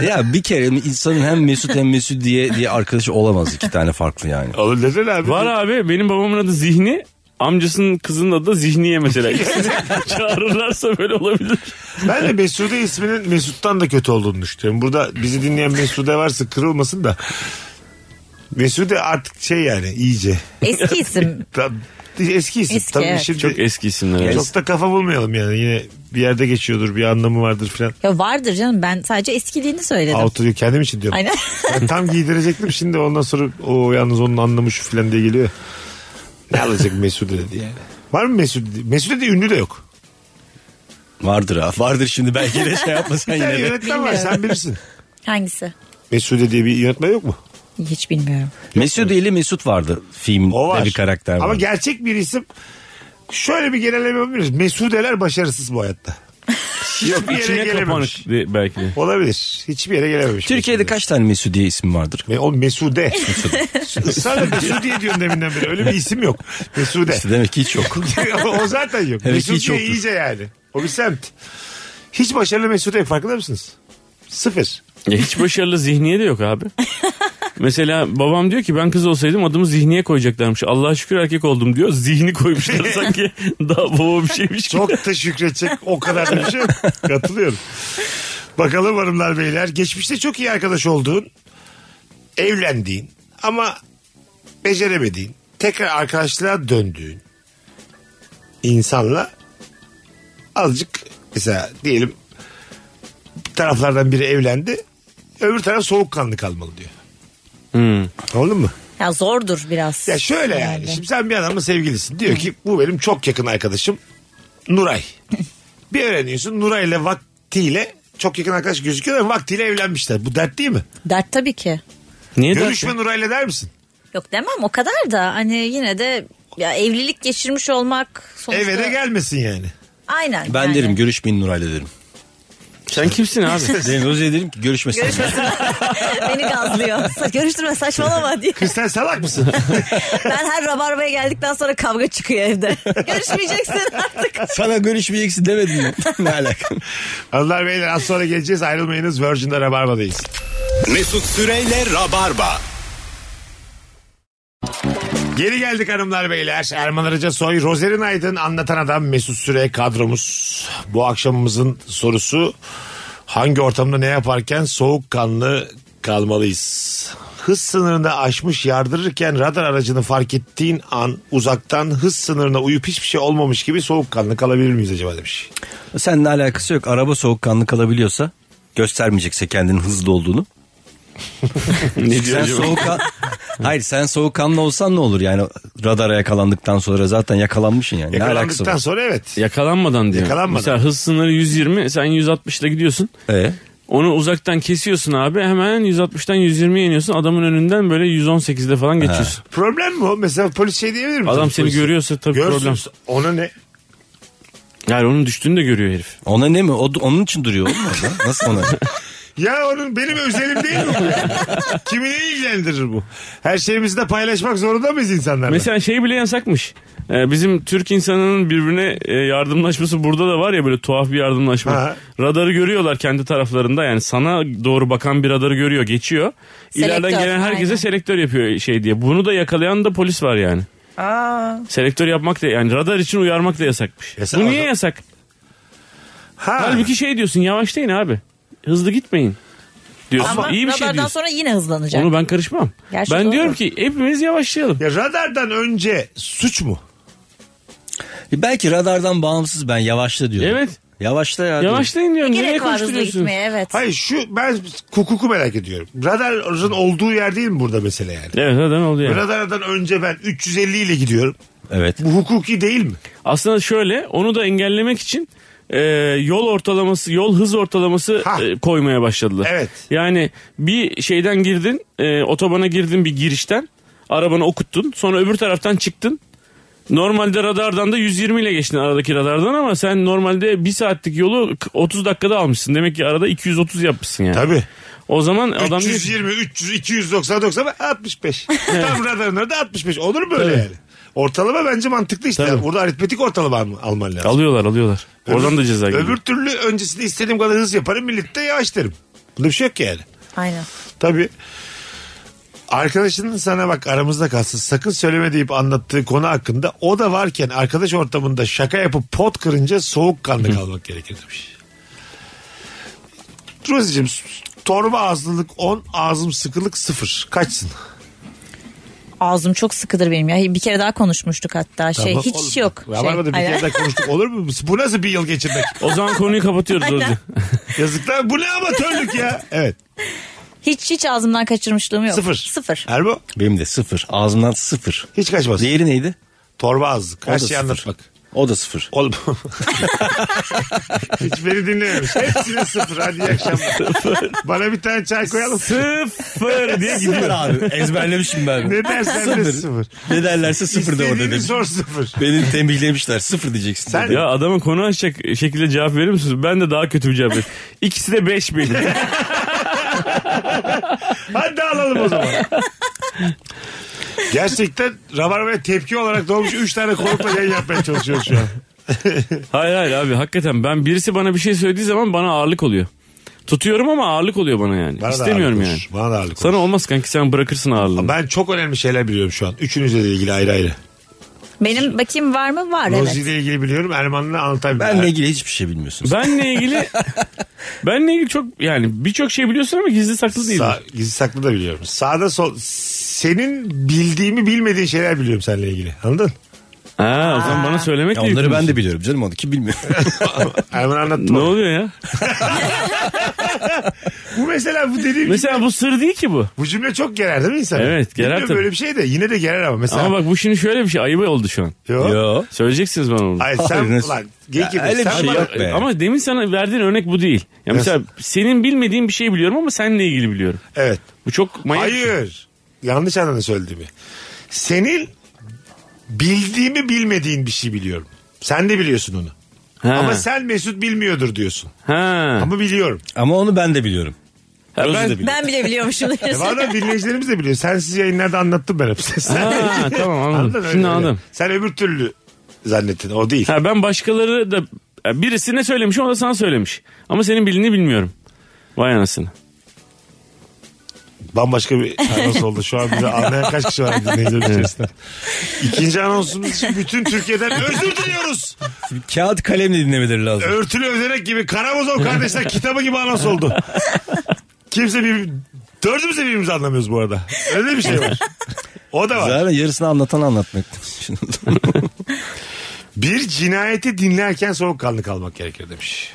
D: ya bir kere insanın hem Mesut hem Mesut diye diye arkadaşı olamaz iki tane farklı yani.
B: Oğlum neden abi?
E: Var abi benim babamın adı Zihni. Amcasının kızının adı da Zihniye mesela. <laughs> İkisini Çağırırlarsa böyle olabilir.
B: Ben de Mesude isminin Mesut'tan da kötü olduğunu düşünüyorum. Burada bizi dinleyen Mesude varsa kırılmasın da. Mesude artık şey yani iyice.
C: Eski isim.
B: Tam- Eski isim.
C: Eski,
B: Tabii
C: evet.
B: şimdi
E: Çok
B: çok,
E: eski isimler. abi.
B: da kafa bulmayalım yani. Yine bir yerde geçiyordur bir anlamı vardır filan.
C: Ya vardır canım ben sadece eskiliğini söyledim.
B: Auto diyor kendim için diyorum.
C: Aynen. <laughs>
B: Ben tam giydirecektim şimdi ondan sonra o yalnız onun anlamı şu filan diye geliyor. Ne alacak Mesude dedi yani. Var mı Mesude? Mesude de ünlü de yok.
D: Vardır ha. Vardır şimdi belki de şey
B: <laughs>
D: yapmasan
B: Bir
D: yine
B: tane
D: de.
B: yönetmen var sen bilirsin.
C: Hangisi?
B: Mesude diye bir yönetmen yok mu?
C: Hiç bilmiyorum.
D: Mesut değil Mesut vardı filmde
B: O var.
D: bir karakter
B: Ama
D: var.
B: gerçek bir isim. Şöyle bir genelleme yapabiliriz. Mesudeler başarısız bu hayatta. Hiçbir yere
E: İçine kapanık
B: gelememiş.
E: de- belki de.
B: Olabilir. Hiçbir yere gelememiş.
D: Türkiye'de kaç tane Mesut diye ismi vardır?
B: Ve o Mesude. Sana Mesudiye diyorsun deminden beri. Öyle bir isim yok. Mesude.
D: İşte demek ki hiç yok.
B: <laughs> o zaten yok.
D: Evet, hiç
B: Mesudiye
D: yoktur.
B: iyice yani. O bir semt. Hiç başarılı Mesude yok. Farkında mısınız? Sıfır.
E: Ya hiç başarılı zihniye de yok abi. Mesela babam diyor ki ben kız olsaydım adımı zihniye koyacaklarmış. Allah'a şükür erkek oldum diyor. Zihni koymuşlar <laughs> sanki daha baba bir şeymiş gibi.
B: Çok da şükredecek o kadar da bir şey yok. Katılıyorum. Bakalım hanımlar beyler. Geçmişte çok iyi arkadaş olduğun, evlendiğin ama beceremediğin, tekrar arkadaşlığa döndüğün insanla azıcık mesela diyelim taraflardan biri evlendi. Öbür taraf soğukkanlı kalmalı diyor. Anladın mı?
C: Ya zordur biraz.
B: Ya şöyle yani. Şimdi sen bir adamla sevgilisin. Diyor ki bu benim çok yakın arkadaşım Nuray. bir öğreniyorsun Nuray ile vaktiyle çok yakın arkadaş gözüküyor ama vaktiyle evlenmişler. Bu dert değil mi?
C: Dert tabii ki.
E: Niye dersin?
B: Görüşme Nuray'la der misin?
C: Yok demem o kadar da hani yine de ya evlilik geçirmiş olmak sonuçta.
B: Eve de gelmesin yani.
C: Aynen.
D: Ben
C: yani.
D: derim görüşmeyin Nuray'la
B: <laughs>
D: derim.
E: Sen kimsin abi?
D: Derim Rozi'ye derim ki görüşmesin.
C: <laughs> Beni gazlıyor. Görüştürme saçmalama diye.
B: Kız sen salak mısın?
C: <laughs> Ben her rabarbaya geldikten sonra kavga
B: <laughs>
C: çıkıyor evde. Görüşmeyeceksin artık.
D: Sana görüşmeyeceksin demedim mi? <laughs> ne alaka?
B: Hanımlar beyler az sonra geleceğiz. Ayrılmayınız. Virgin'de Rabarba'dayız.
A: Mesut Süreyle Rabarba.
B: Geri geldik hanımlar beyler. Erman Arıca Soy, Rozerin Aydın, Anlatan Adam, Mesut Süre kadromuz. Bu akşamımızın sorusu hangi ortamda ne yaparken soğukkanlı kalmalıyız? Hız sınırını aşmış yardırırken radar aracını fark ettiğin an uzaktan hız sınırına uyup hiçbir şey olmamış gibi soğukkanlı kalabilir miyiz acaba demiş.
D: Seninle alakası yok. Araba soğukkanlı kalabiliyorsa göstermeyecekse kendinin hızlı olduğunu.
E: ne diyor
D: Sen
E: acaba?
D: soğukkan... Hayır sen soğukkanlı olsan ne olur yani radara yakalandıktan sonra zaten yakalanmışsın yani. Ne alakası
B: Yakalandıktan
D: var?
B: sonra evet.
E: Yakalanmadan diyor.
B: Yakalanmadan.
E: Mesela hız sınırı 120 sen 160'da gidiyorsun.
D: Ee?
E: Onu uzaktan kesiyorsun abi hemen 160'tan 120'ye iniyorsun. Adamın önünden böyle 118'de falan geçiyorsun.
B: Problem mi o? Mesela polis şey diyebilir mi?
E: Adam seni
B: Polis-
E: görüyorsa tabii
B: Görsün.
E: problem.
B: Ona ne?
E: Yani onun düştüğünü de görüyor herif.
D: Ona ne mi? O, onun için duruyor oğlum orada. Nasıl ona?
B: Ya onun benim özelim değil mi bu? Kimi ne ilgilendirir bu? Her şeyimizi de paylaşmak zorunda mıyız insanlarla?
E: Mesela şey bile yasakmış. Ee, bizim Türk insanının birbirine e, yardımlaşması burada da var ya böyle tuhaf bir yardımlaşma.
B: Ha.
E: Radarı görüyorlar kendi taraflarında yani sana doğru bakan bir radarı görüyor geçiyor. İleriden
C: Selektör,
E: gelen herkese
C: aynen.
E: selektör yapıyor şey diye. Bunu da yakalayan da polis var yani. Selektör yapmak da yani radar için uyarmak da yasakmış.
B: Yasak
E: Bu
B: o
E: niye
B: zaman.
E: yasak?
B: ha,
E: Halbuki şey diyorsun yavaşlayın abi. Hızlı gitmeyin. diyorsun.
C: Ama
E: İyi bir şey
C: radardan
E: diyorsun.
C: sonra yine hızlanacak.
E: Onu ben karışmam.
C: Gerçi
E: ben
C: doğru.
E: diyorum ki hepimiz yavaşlayalım.
B: Ya radardan önce suç mu?
D: E belki radardan bağımsız ben yavaşla diyorum.
E: Evet.
D: Yavaşla ya. diyorum.
E: Yavaşlayın diyorum. Nereye
C: Gerek var hızlı
E: koşturuyorsunuz?
C: gitmeye evet.
B: Hayır şu ben hukuku merak ediyorum. Radarın olduğu yer değil mi burada mesele yani?
E: Evet zaten oldu yani.
B: Radardan önce ben 350 ile gidiyorum.
D: Evet.
B: Bu hukuki değil mi?
E: Aslında şöyle onu da engellemek için e, yol ortalaması, yol hız ortalaması
B: Ha.
E: e, koymaya başladılar.
B: Evet.
E: Yani bir şeyden girdin, e, otobana girdin bir girişten, arabanı okuttun, sonra öbür taraftan çıktın. Normalde radardan da 120 ile geçtin aradaki radardan ama sen normalde bir saatlik yolu 30 dakikada almışsın. Demek ki arada 230 yapmışsın yani.
B: Tabii.
E: O zaman adam diyor ki-
B: 320, 300, 290, 90, 65. Tam radarın orada 65. Olur mu öyle yani? Ortalama bence mantıklı işte. Burada aritmetik ortalama alm- alman lazım.
E: alıyorlar alıyorlar. Oradan da ceza geliyor.
B: Öbür türlü öncesinde istediğim kadar hız yaparım. Millette yavaşlarım. Bunda bir şey yok ki yani.
C: Aynen.
B: Tabii. Arkadaşının sana bak aramızda kalsın sakın söyleme deyip anlattığı konu hakkında o da varken arkadaş ortamında şaka yapıp pot kırınca soğukkanlı kalmak gerekir demiş. Rozi'cim torba ağızlılık 10 ağzım sıkılık 0 kaçsın?
C: Ağzım çok sıkıdır benim ya. Bir kere daha konuşmuştuk hatta. Şey
B: Tamam,
C: hiç
B: oğlum.
C: yok.
B: Ya var mı da bir
C: Aynen.
B: kere daha konuştuk olur mu? Bu nasıl bir yıl
C: <laughs>
B: geçirmek?
E: O zaman konuyu kapatıyoruz
C: Aynen.
E: Orcu.
B: Yazıklar bu ne amatörlük ya? Evet
C: Hiç hiç ağzımdan kaçırmışlığım yok.
B: sıfır.
C: Sıfır.
B: Erbo
D: Benim de sıfır. Ağzımdan sıfır.
B: hiç kaçmaz.
D: Diğeri neydi?
B: Torba ağızlık
D: O da
B: her şey şeyi
D: sıfır.
B: anlatmak.
D: O da sıfır.
B: Oğlum. <laughs> Hiç beni dinlememiş. Hepsine sıfır. Hadi iyi akşamlar. Bana bir tane çay koyalım.
E: Sıfır diye
D: Sıfır abi. Ezberlemişim ben.
B: Ne dersen de sıfır.
D: Ne derlerse sıfır da orada
B: İstediğini
D: dedim.
B: sor sıfır.
D: Beni tembihlemişler. Sıfır diyeceksin.
B: Sen-
D: dedi.
E: Ya adama konu açacak şekilde cevap verir misiniz? Ben de daha kötü bir cevap veririm. İkisi de 5 bin.
D: <laughs>
B: Hadi alalım o zaman. Gerçekten Rabarba'ya tepki olarak doğmuş 3 tane konukla yayın yapmaya çalışıyoruz şu an.
E: hayır hayır abi hakikaten ben birisi bana bir şey söylediği zaman bana ağırlık oluyor. Tutuyorum ama ağırlık oluyor bana yani.
B: Bana da
E: İstemiyorum
B: ağırlık
E: yani.
B: olur. Bana da ağırlık
E: Sana olmaz kanki sen bırakırsın ağırlığını.
B: Ben çok önemli şeyler biliyorum şu an. Üçünüzle de ilgili ayrı ayrı.
C: Benim bakayım var mı? Var
B: Rozi
C: evet.
B: ile ilgili biliyorum. Erman'la anlatabilirim.
D: Benle ilgili hiçbir şey bilmiyorsun.
B: <laughs>
E: Benle ilgili benle ilgili çok yani birçok şey biliyorsun ama gizli saklı değil.
B: Sağ, gizli saklı da biliyorum. Sağda sol senin bildiğimi bilmediğin şeyler biliyorum seninle ilgili.
E: <laughs>
B: Anladın?
E: Ha, o zaman bana söylemek
D: Ya
E: de
D: onları ben
E: yükümlüsün.
D: de biliyorum canım onu kim bilmiyor.
B: Erman anlattı
E: Ne
B: bana.
E: oluyor ya?
B: Bu mesela bu dediğim
E: Mesela bu sır değil ki bu.
B: bu cümle çok gerer değil mi insan?
E: Evet, gerer tabii.
B: böyle bir şey de yine de gerer ama mesela.
E: Ama bak bu şimdi şöyle bir şey ayıp oldu şu an.
B: Yo.
D: <laughs> Yo.
E: Söyleyeceksiniz bana onu.
B: Hayır
D: Hayır,
B: sen
D: nasıl-
B: lan geyik
D: Ya, öyle
B: yapıyorsun.
D: bir
B: Sen
D: şey
B: bana-
D: yok. be.
E: Ama demin sana verdiğin örnek bu değil. Ya mesela senin bilmediğin bir şey biliyorum ama seninle ilgili biliyorum.
B: Evet.
E: Bu çok manyak. şey.
B: Hayır. Yanlış anladın söylediğimi. Senin bildiğimi bilmediğin bir şey biliyorum. Sen de biliyorsun onu.
E: Ha.
B: Ama sen Mesut bilmiyordur diyorsun.
E: ha.
B: Ama
E: <laughs>
B: biliyorum.
D: Ama onu ben de biliyorum.
E: Ha,
D: Rozi
C: <laughs>
E: ben-
D: de biliyor.
C: Ben
B: <laughs>
C: bile biliyormuşum.
B: E
C: <laughs>
B: var da dinleyicilerimiz de biliyor. Sensiz yayınlarda anlattım ben hepsini. Sen- <laughs>
E: Ha, tamam anladım.
B: Anladın, öyle,
E: Şimdi
B: öyle.
E: anladım.
B: Sen öbür türlü zannettin. O değil.
E: Ha, ben başkaları da ya birisi ne söylemiş o da sana söylemiş. Ama senin bildiğini bilmiyorum. Vay anasını.
B: Bambaşka bir anons oldu. Şu an bizi anlayan kaç kişi var dinleyiciler içerisinde. İkinci anonsumuz için bütün Türkiye'den özür diliyoruz.
D: Kağıt kalemle dinlemeleri lazım.
B: Örtülü özenek gibi Karamazov kardeşler kitabı gibi anons oldu. Kimse bir... Dördümüz de birbirimizi anlamıyoruz bu arada. Öyle bir şey var. O da var.
D: Zaten yarısını anlatan <laughs> anlatmak.
B: Bir cinayeti dinlerken soğukkanlı kalmak gerekir demiş.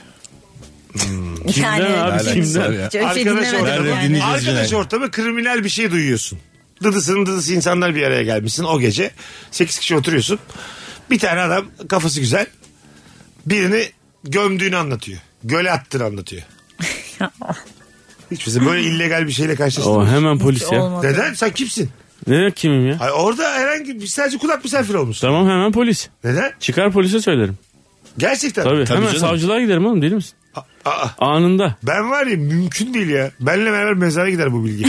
C: yani
E: abi,
C: hiç-
E: kimden?
C: hiç öyle şey
B: Arkadaş
C: dinlemedim
B: ortamı,
D: Nerede
C: yani.
D: dinleyeceğiz
B: arkadaş
D: yani?
B: ortamı kriminal bir şey duyuyorsun. Dıdısının dıdısı insanlar bir araya gelmişsin o gece. 8 kişi oturuyorsun. Bir tane adam kafası güzel. Birini gömdüğünü anlatıyor. Göle attığını
C: <laughs>
B: anlatıyor. Hiç bize böyle illegal bir şeyle
E: O
B: karşılaştın.
E: hemen polis ya.
C: Olmadı.
B: Neden? Sen kimsin?
E: Ne demek kimim ya?
B: Ay orada herhangi bir sadece kulak misafir olmuşsun.
E: Tamam hemen polis.
B: Neden?
E: Çıkar polise söylerim.
B: Gerçekten.
E: Tabii.
D: Tabii
E: hemen
D: canım.
E: savcılığa giderim oğlum değil misin?
B: Aa,
E: Anında.
B: ben var ya mümkün değil ya. Benle beraber mezara gider bu bilgi.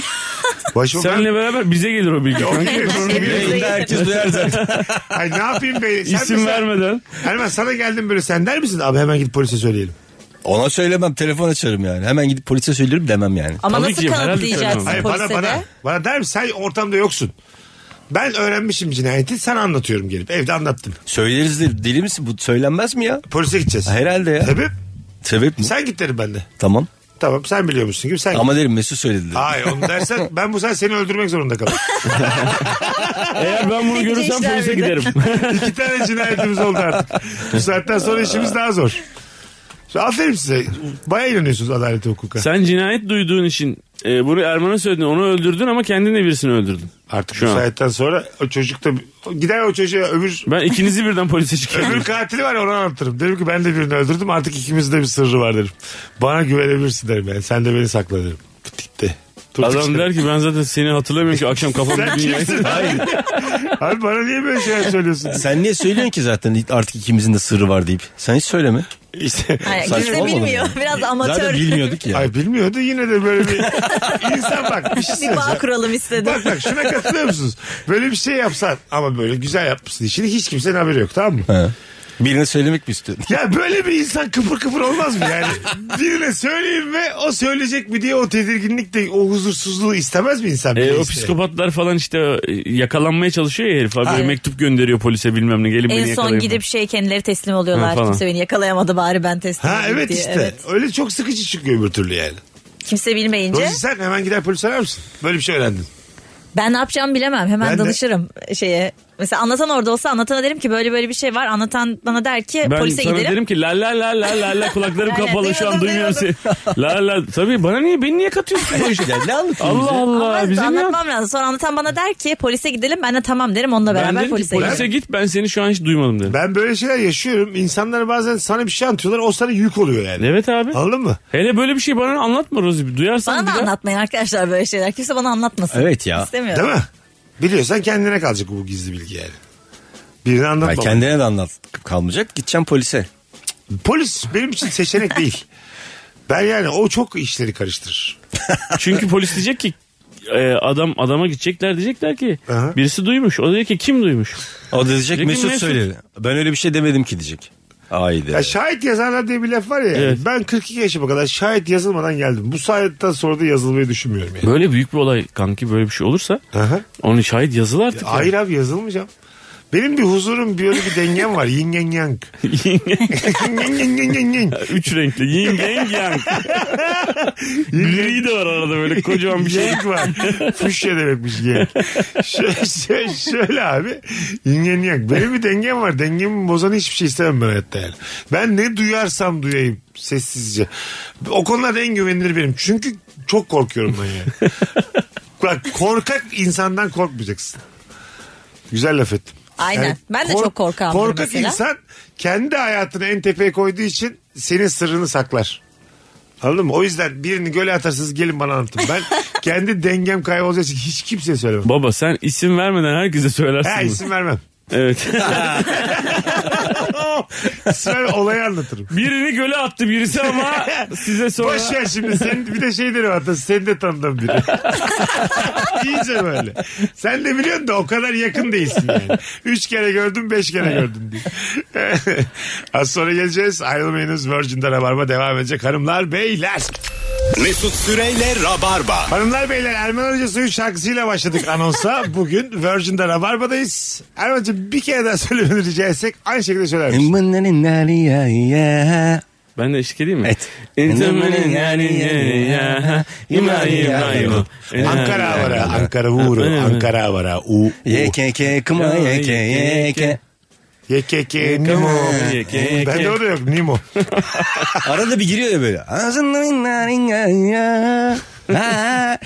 B: Başıma
E: Seninle beraber bize gelir o bilgi.
B: Ya, o gelir, onu bilir.
D: Yayında herkes duyar zaten.
B: Ay ne yapayım be? Sen
E: İsim
B: mesela-
E: vermeden.
B: Erman sana geldim böyle sen der misin? Abi hemen git polise söyleyelim.
D: Ona söylemem telefon açarım yani. Hemen gidip polise söylerim demem yani.
C: Ama
E: Tabii
C: nasıl
E: ki, herhalde
C: kanıtlayacaksın
E: söylemem.
B: Hayır
C: polise
B: E, bana
C: de?
B: bana. Bana der misin? Sen ortamda yoksun. Ben öğrenmişim cinayeti sana anlatıyorum gelip. Evde anlattım.
D: Söyleriz de deli misin bu söylenmez mi ya?
B: Polise gideceğiz.
D: Herhalde ya.
B: Sebep?
D: Sebep mi?
B: Sen git derim ben de.
D: Tamam.
B: Tamam sen biliyormuşsun gibi sen
D: Ama derim Mesut söyledi. derim.
B: Hayır onu dersen ben bu sefer seni öldürmek zorunda kalırım.
E: Eğer
C: <laughs>
E: ben bunu görürsem
C: Gençler
E: polise
C: bir de.
E: giderim.
B: İki tane cinayetimiz oldu artık. Bu saatten sonra işimiz daha zor. Aferin size. Baya inanıyorsunuz adalete hukuka.
E: <laughs> Sen cinayet duyduğun için e, bunu Erman'a söyledin onu öldürdün ama kendin de birisini öldürdün.
B: Artık
E: Şu
B: bu
E: an.
B: saatten sonra o çocuk da gider o çocuğa öbür
E: Ben ikinizi birden polise
B: öbür
E: çıkardım.
B: katili var ya, onu anlatırım. Derim ki ben de birini öldürdüm artık ikimizde bir sırrı var derim. Bana güvenebilirsin derim yani. Sen de beni sakla derim. Bitti. Durduk
E: Adam
B: işte.
E: der ki ben zaten seni hatırlamıyorum ki akşam kafamda
B: Sen
E: dünya.
B: kimsin? Hayır. Abi bana niye böyle şeyler söylüyorsun?
D: Sen niye söylüyorsun ki zaten artık ikimizin de sırrı var deyip. Sen hiç söyleme.
B: İşte
C: Hayır,
D: Saçma
C: kimse
D: olmadı mı?
C: bilmiyor. Biraz amatör.
D: Zaten bilmiyorduk ya.
B: Ay bilmiyordu yine de böyle bir insan bak bir şey
C: <laughs> bir
B: söyleyeceğim.
C: bağ kuralım istedim.
B: Bak bak şuna katılıyor musunuz? Böyle bir şey yapsan ama böyle güzel yapmışsın işini hiç kimsenin haberi yok tamam mı?
D: He. Birine söylemek mi istiyordun?
B: Ya böyle bir insan kıpır kıpır olmaz mı yani? Birine söyleyeyim ve o söyleyecek mi diye o tedirginlik de o huzursuzluğu istemez mi insan?
E: E,
B: bile
E: o
B: işte?
E: psikopatlar falan işte e, yakalanmaya çalışıyor ya herif abi.
C: Aynen.
E: Mektup gönderiyor polise bilmem ne gelin beni
C: En son
E: yakalayın.
C: gidip şey kendileri teslim oluyorlar.
E: Ha, falan.
C: Kimse beni yakalayamadı bari ben teslim
B: Ha
C: olayım
B: evet
C: diye.
B: işte.
C: Evet.
B: Öyle çok sıkıcı çıkıyor öbür türlü yani.
C: Kimse bilmeyince
B: Dolayısıyla sen hemen gider polis arar mısın? Böyle bir şey öğrendin.
C: ben ne yapacağımı bilemem. Hemen
B: Ben de.
C: danışırım şeye. Mesela anlatan orada olsa anlatana derim ki böyle böyle bir şey var. Anlatan bana der ki
E: Ben
C: polise
E: sana
C: gidelim.
E: derim ki la la la la la la
C: <laughs>
E: kulaklarım
C: Evet,
E: kapalı şu an
C: duymadım,
E: duymuyorum seni. la la tabii bana niye beni niye katıyorsun <laughs> bu işe?
D: Ya ne anlatıyorsun?
E: Allah Allah
C: Ama
E: bize ne
C: anlatmam lazım. Sonra anlatan bana der ki polise gidelim. Ben de tamam derim. Onunla
E: Ben
C: beraber
E: derim ki
C: polise gidelim.
E: polise git ben seni şu an hiç duymadım derim.
B: Ben böyle şeyler yaşıyorum. İnsanlar bazen sana bir şey anlatıyorlar o sana yük oluyor yani.
E: Evet abi.
B: Anladın mı?
E: Hele böyle bir şey bana anlatma Rozi. Duyarsan
C: Bana da
E: bir daha-
C: anlatmayın arkadaşlar böyle şeyler. Kimse bana anlatmasın.
D: Evet ya.
C: İstemiyorum.
B: Değil mi? Biliyorsan kendine kalacak bu gizli bilgi yani. Birine
D: Ay,
B: anlatma.
D: kendine de anlat kalmayacak. Gideceğim polise.
B: Polis benim için seçenek
C: <laughs>
B: değil. Ben yani o çok işleri karıştırır.
E: Çünkü polis diyecek ki e, adam adama gidecekler diyecekler ki
B: Aha.
E: birisi duymuş. O diyecek ki kim duymuş?
D: O da diyecek
E: Peki,
D: Mesut,
E: Mesut.
D: söyledi. Ben öyle bir şey demedim ki diyecek. Haydi.
B: Ya şahit yazarlar diye bir laf var ya.
E: Evet.
B: Ben 42 yaşıma kadar şahit yazılmadan geldim. Bu saatten sonra da yazılmayı düşünmüyorum yani.
E: Böyle büyük bir olay kanki böyle bir şey olursa
B: Aha.
E: onu şahit yazıl artık. ya.
B: Hayır abi yazılmayacağım. Benim bir huzurum, bir öyle bir dengem var. Yin yang yang. Yin yang yang yang yang.
E: Üç renkli yin
B: <laughs>
E: yang yang. Gri de var arada böyle kocaman bir şey.
B: Yang var. Fuşya demekmiş yang. Şöyle, şöyle, şöyle abi. Yin yang yang. Benim bir dengem var. Dengemi bozan hiçbir şey istemem ben hayatta yani. Ben ne duyarsam duyayım sessizce. O konularda en güvenilir benim. Çünkü çok korkuyorum ben yani. Bak korkak insandan korkmayacaksın. Güzel laf ettim.
C: Aynen. Ben de çok korkağımdır
B: Korkak
C: mesela.
B: insan kendi hayatını en tepeye koyduğu için senin sırrını saklar. Anladın mı? O yüzden birini göle atarsınız gelin bana anlatın.
C: <laughs>
B: Ben kendi dengem kaybolacağı için hiç kimseye söylemem.
E: Baba sen isim vermeden herkese söylersin.
B: Ha
E: bunu.
B: isim
C: <laughs>
B: vermem. <laughs>
E: Evet.
B: İsim vermem olayı anlatırım.
E: Birini göle attı birisi ama size sonra...
B: Boş ver şimdi sen bir de şey derim hatta seni de tanıdığım biri. <laughs> İyice böyle. Sen de biliyorsun da o kadar yakın değilsin yani. Üç kere gördüm beş kere gördüm diye. <laughs> Az sonra geleceğiz. Ayrılmayınız Virgin'de Rabarba devam edecek hanımlar beyler.
A: Mesut Süreyle Rabarba.
B: Hanımlar beyler Erman Hoca Suyu şarkısıyla başladık anonsa. Bugün Virgin'de Rabarba'dayız. Erman Hoca bir kere daha söylemeni rica etsek aynı şekilde söyler misin?
E: Ben de eşlik edeyim mi?
D: Et.
B: Ankara Avara, Ankara Uğur'u, Ankara Avara, U, U.
D: YKK kıma YK YK.
B: YKK, Nimo.
E: YKK.
B: Bende o da yok, Nimo.
D: Arada bir giriyor ya böyle. Ağzında minna ringa ya. Ha.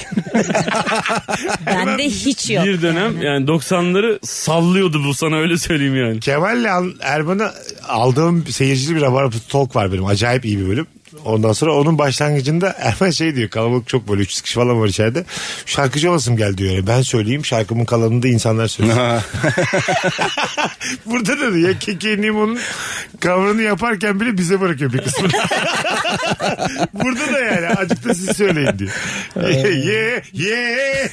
C: Bende hiç yok.
E: Bir dönem yani 90'ları sallıyordu bu sana öyle söyleyeyim yani.
B: Kemal'le Al- Erman'a aldığım seyircili bir Rabarba Talk var benim. Acayip iyi bir bölüm. Ondan sonra onun başlangıcında Erman şey diyor kalabalık çok böyle 300 kişi falan var içeride. Şarkıcı olasım geldi diyor. öyle. Ben söyleyeyim şarkımın kalanını da insanlar söylesin. Burada da
D: <laughs>
B: ya Keke Nimo'nun kavrını yaparken bile bize bırakıyor bir kısmını.
D: <laughs>
B: Burada da yani azıcık da siz söyleyin diyor. Ye ye ye.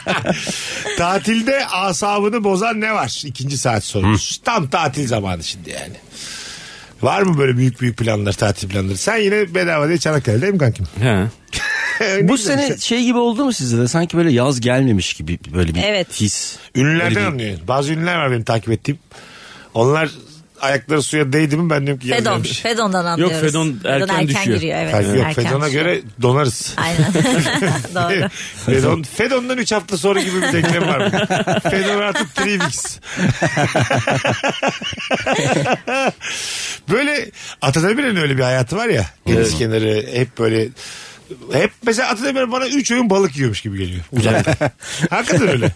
D: <laughs>
B: Tatilde asabını bozan ne var? İkinci saat sorumuz. Tam tatil zamanı şimdi yani. Var mı böyle büyük büyük planlar, tatil planları? Sen yine bedava diye Çanakkale'de değil mi kankim?
E: He.
B: Ne
D: Bu
B: güzel
D: sene
B: işte.
D: şey gibi oldu mu sizde de sanki böyle yaz gelmemiş gibi böyle bir
C: Evet.
D: his.
B: Ünlülerden
D: Öyle bir-
B: anlıyorsun. Bazı ünlüler var benim takip ettiğim. Onlar ayakları suya değdi mi ben diyorum ki şey." gel
C: Fedon.
B: gelmiş.
C: Fedon'dan anlıyoruz.
E: Fedon erken düşüyor.
C: giriyor. Evet,
B: Hayır, yok
C: erken
B: Fedon'a
C: düşüyor.
B: göre donarız.
C: Aynen. <laughs> Doğru.
B: <laughs> Fedon, Fedon'dan 3 hafta sonra gibi bir denklem var
C: <laughs>
B: mı? Fedon artık 3 weeks. <laughs> böyle Atademir'in öyle bir hayatı var ya. Deniz kenarı hep böyle hep mesela Atademir bana 3 öğün balık yiyormuş gibi geliyor. Uzakta. Hakikaten öyle.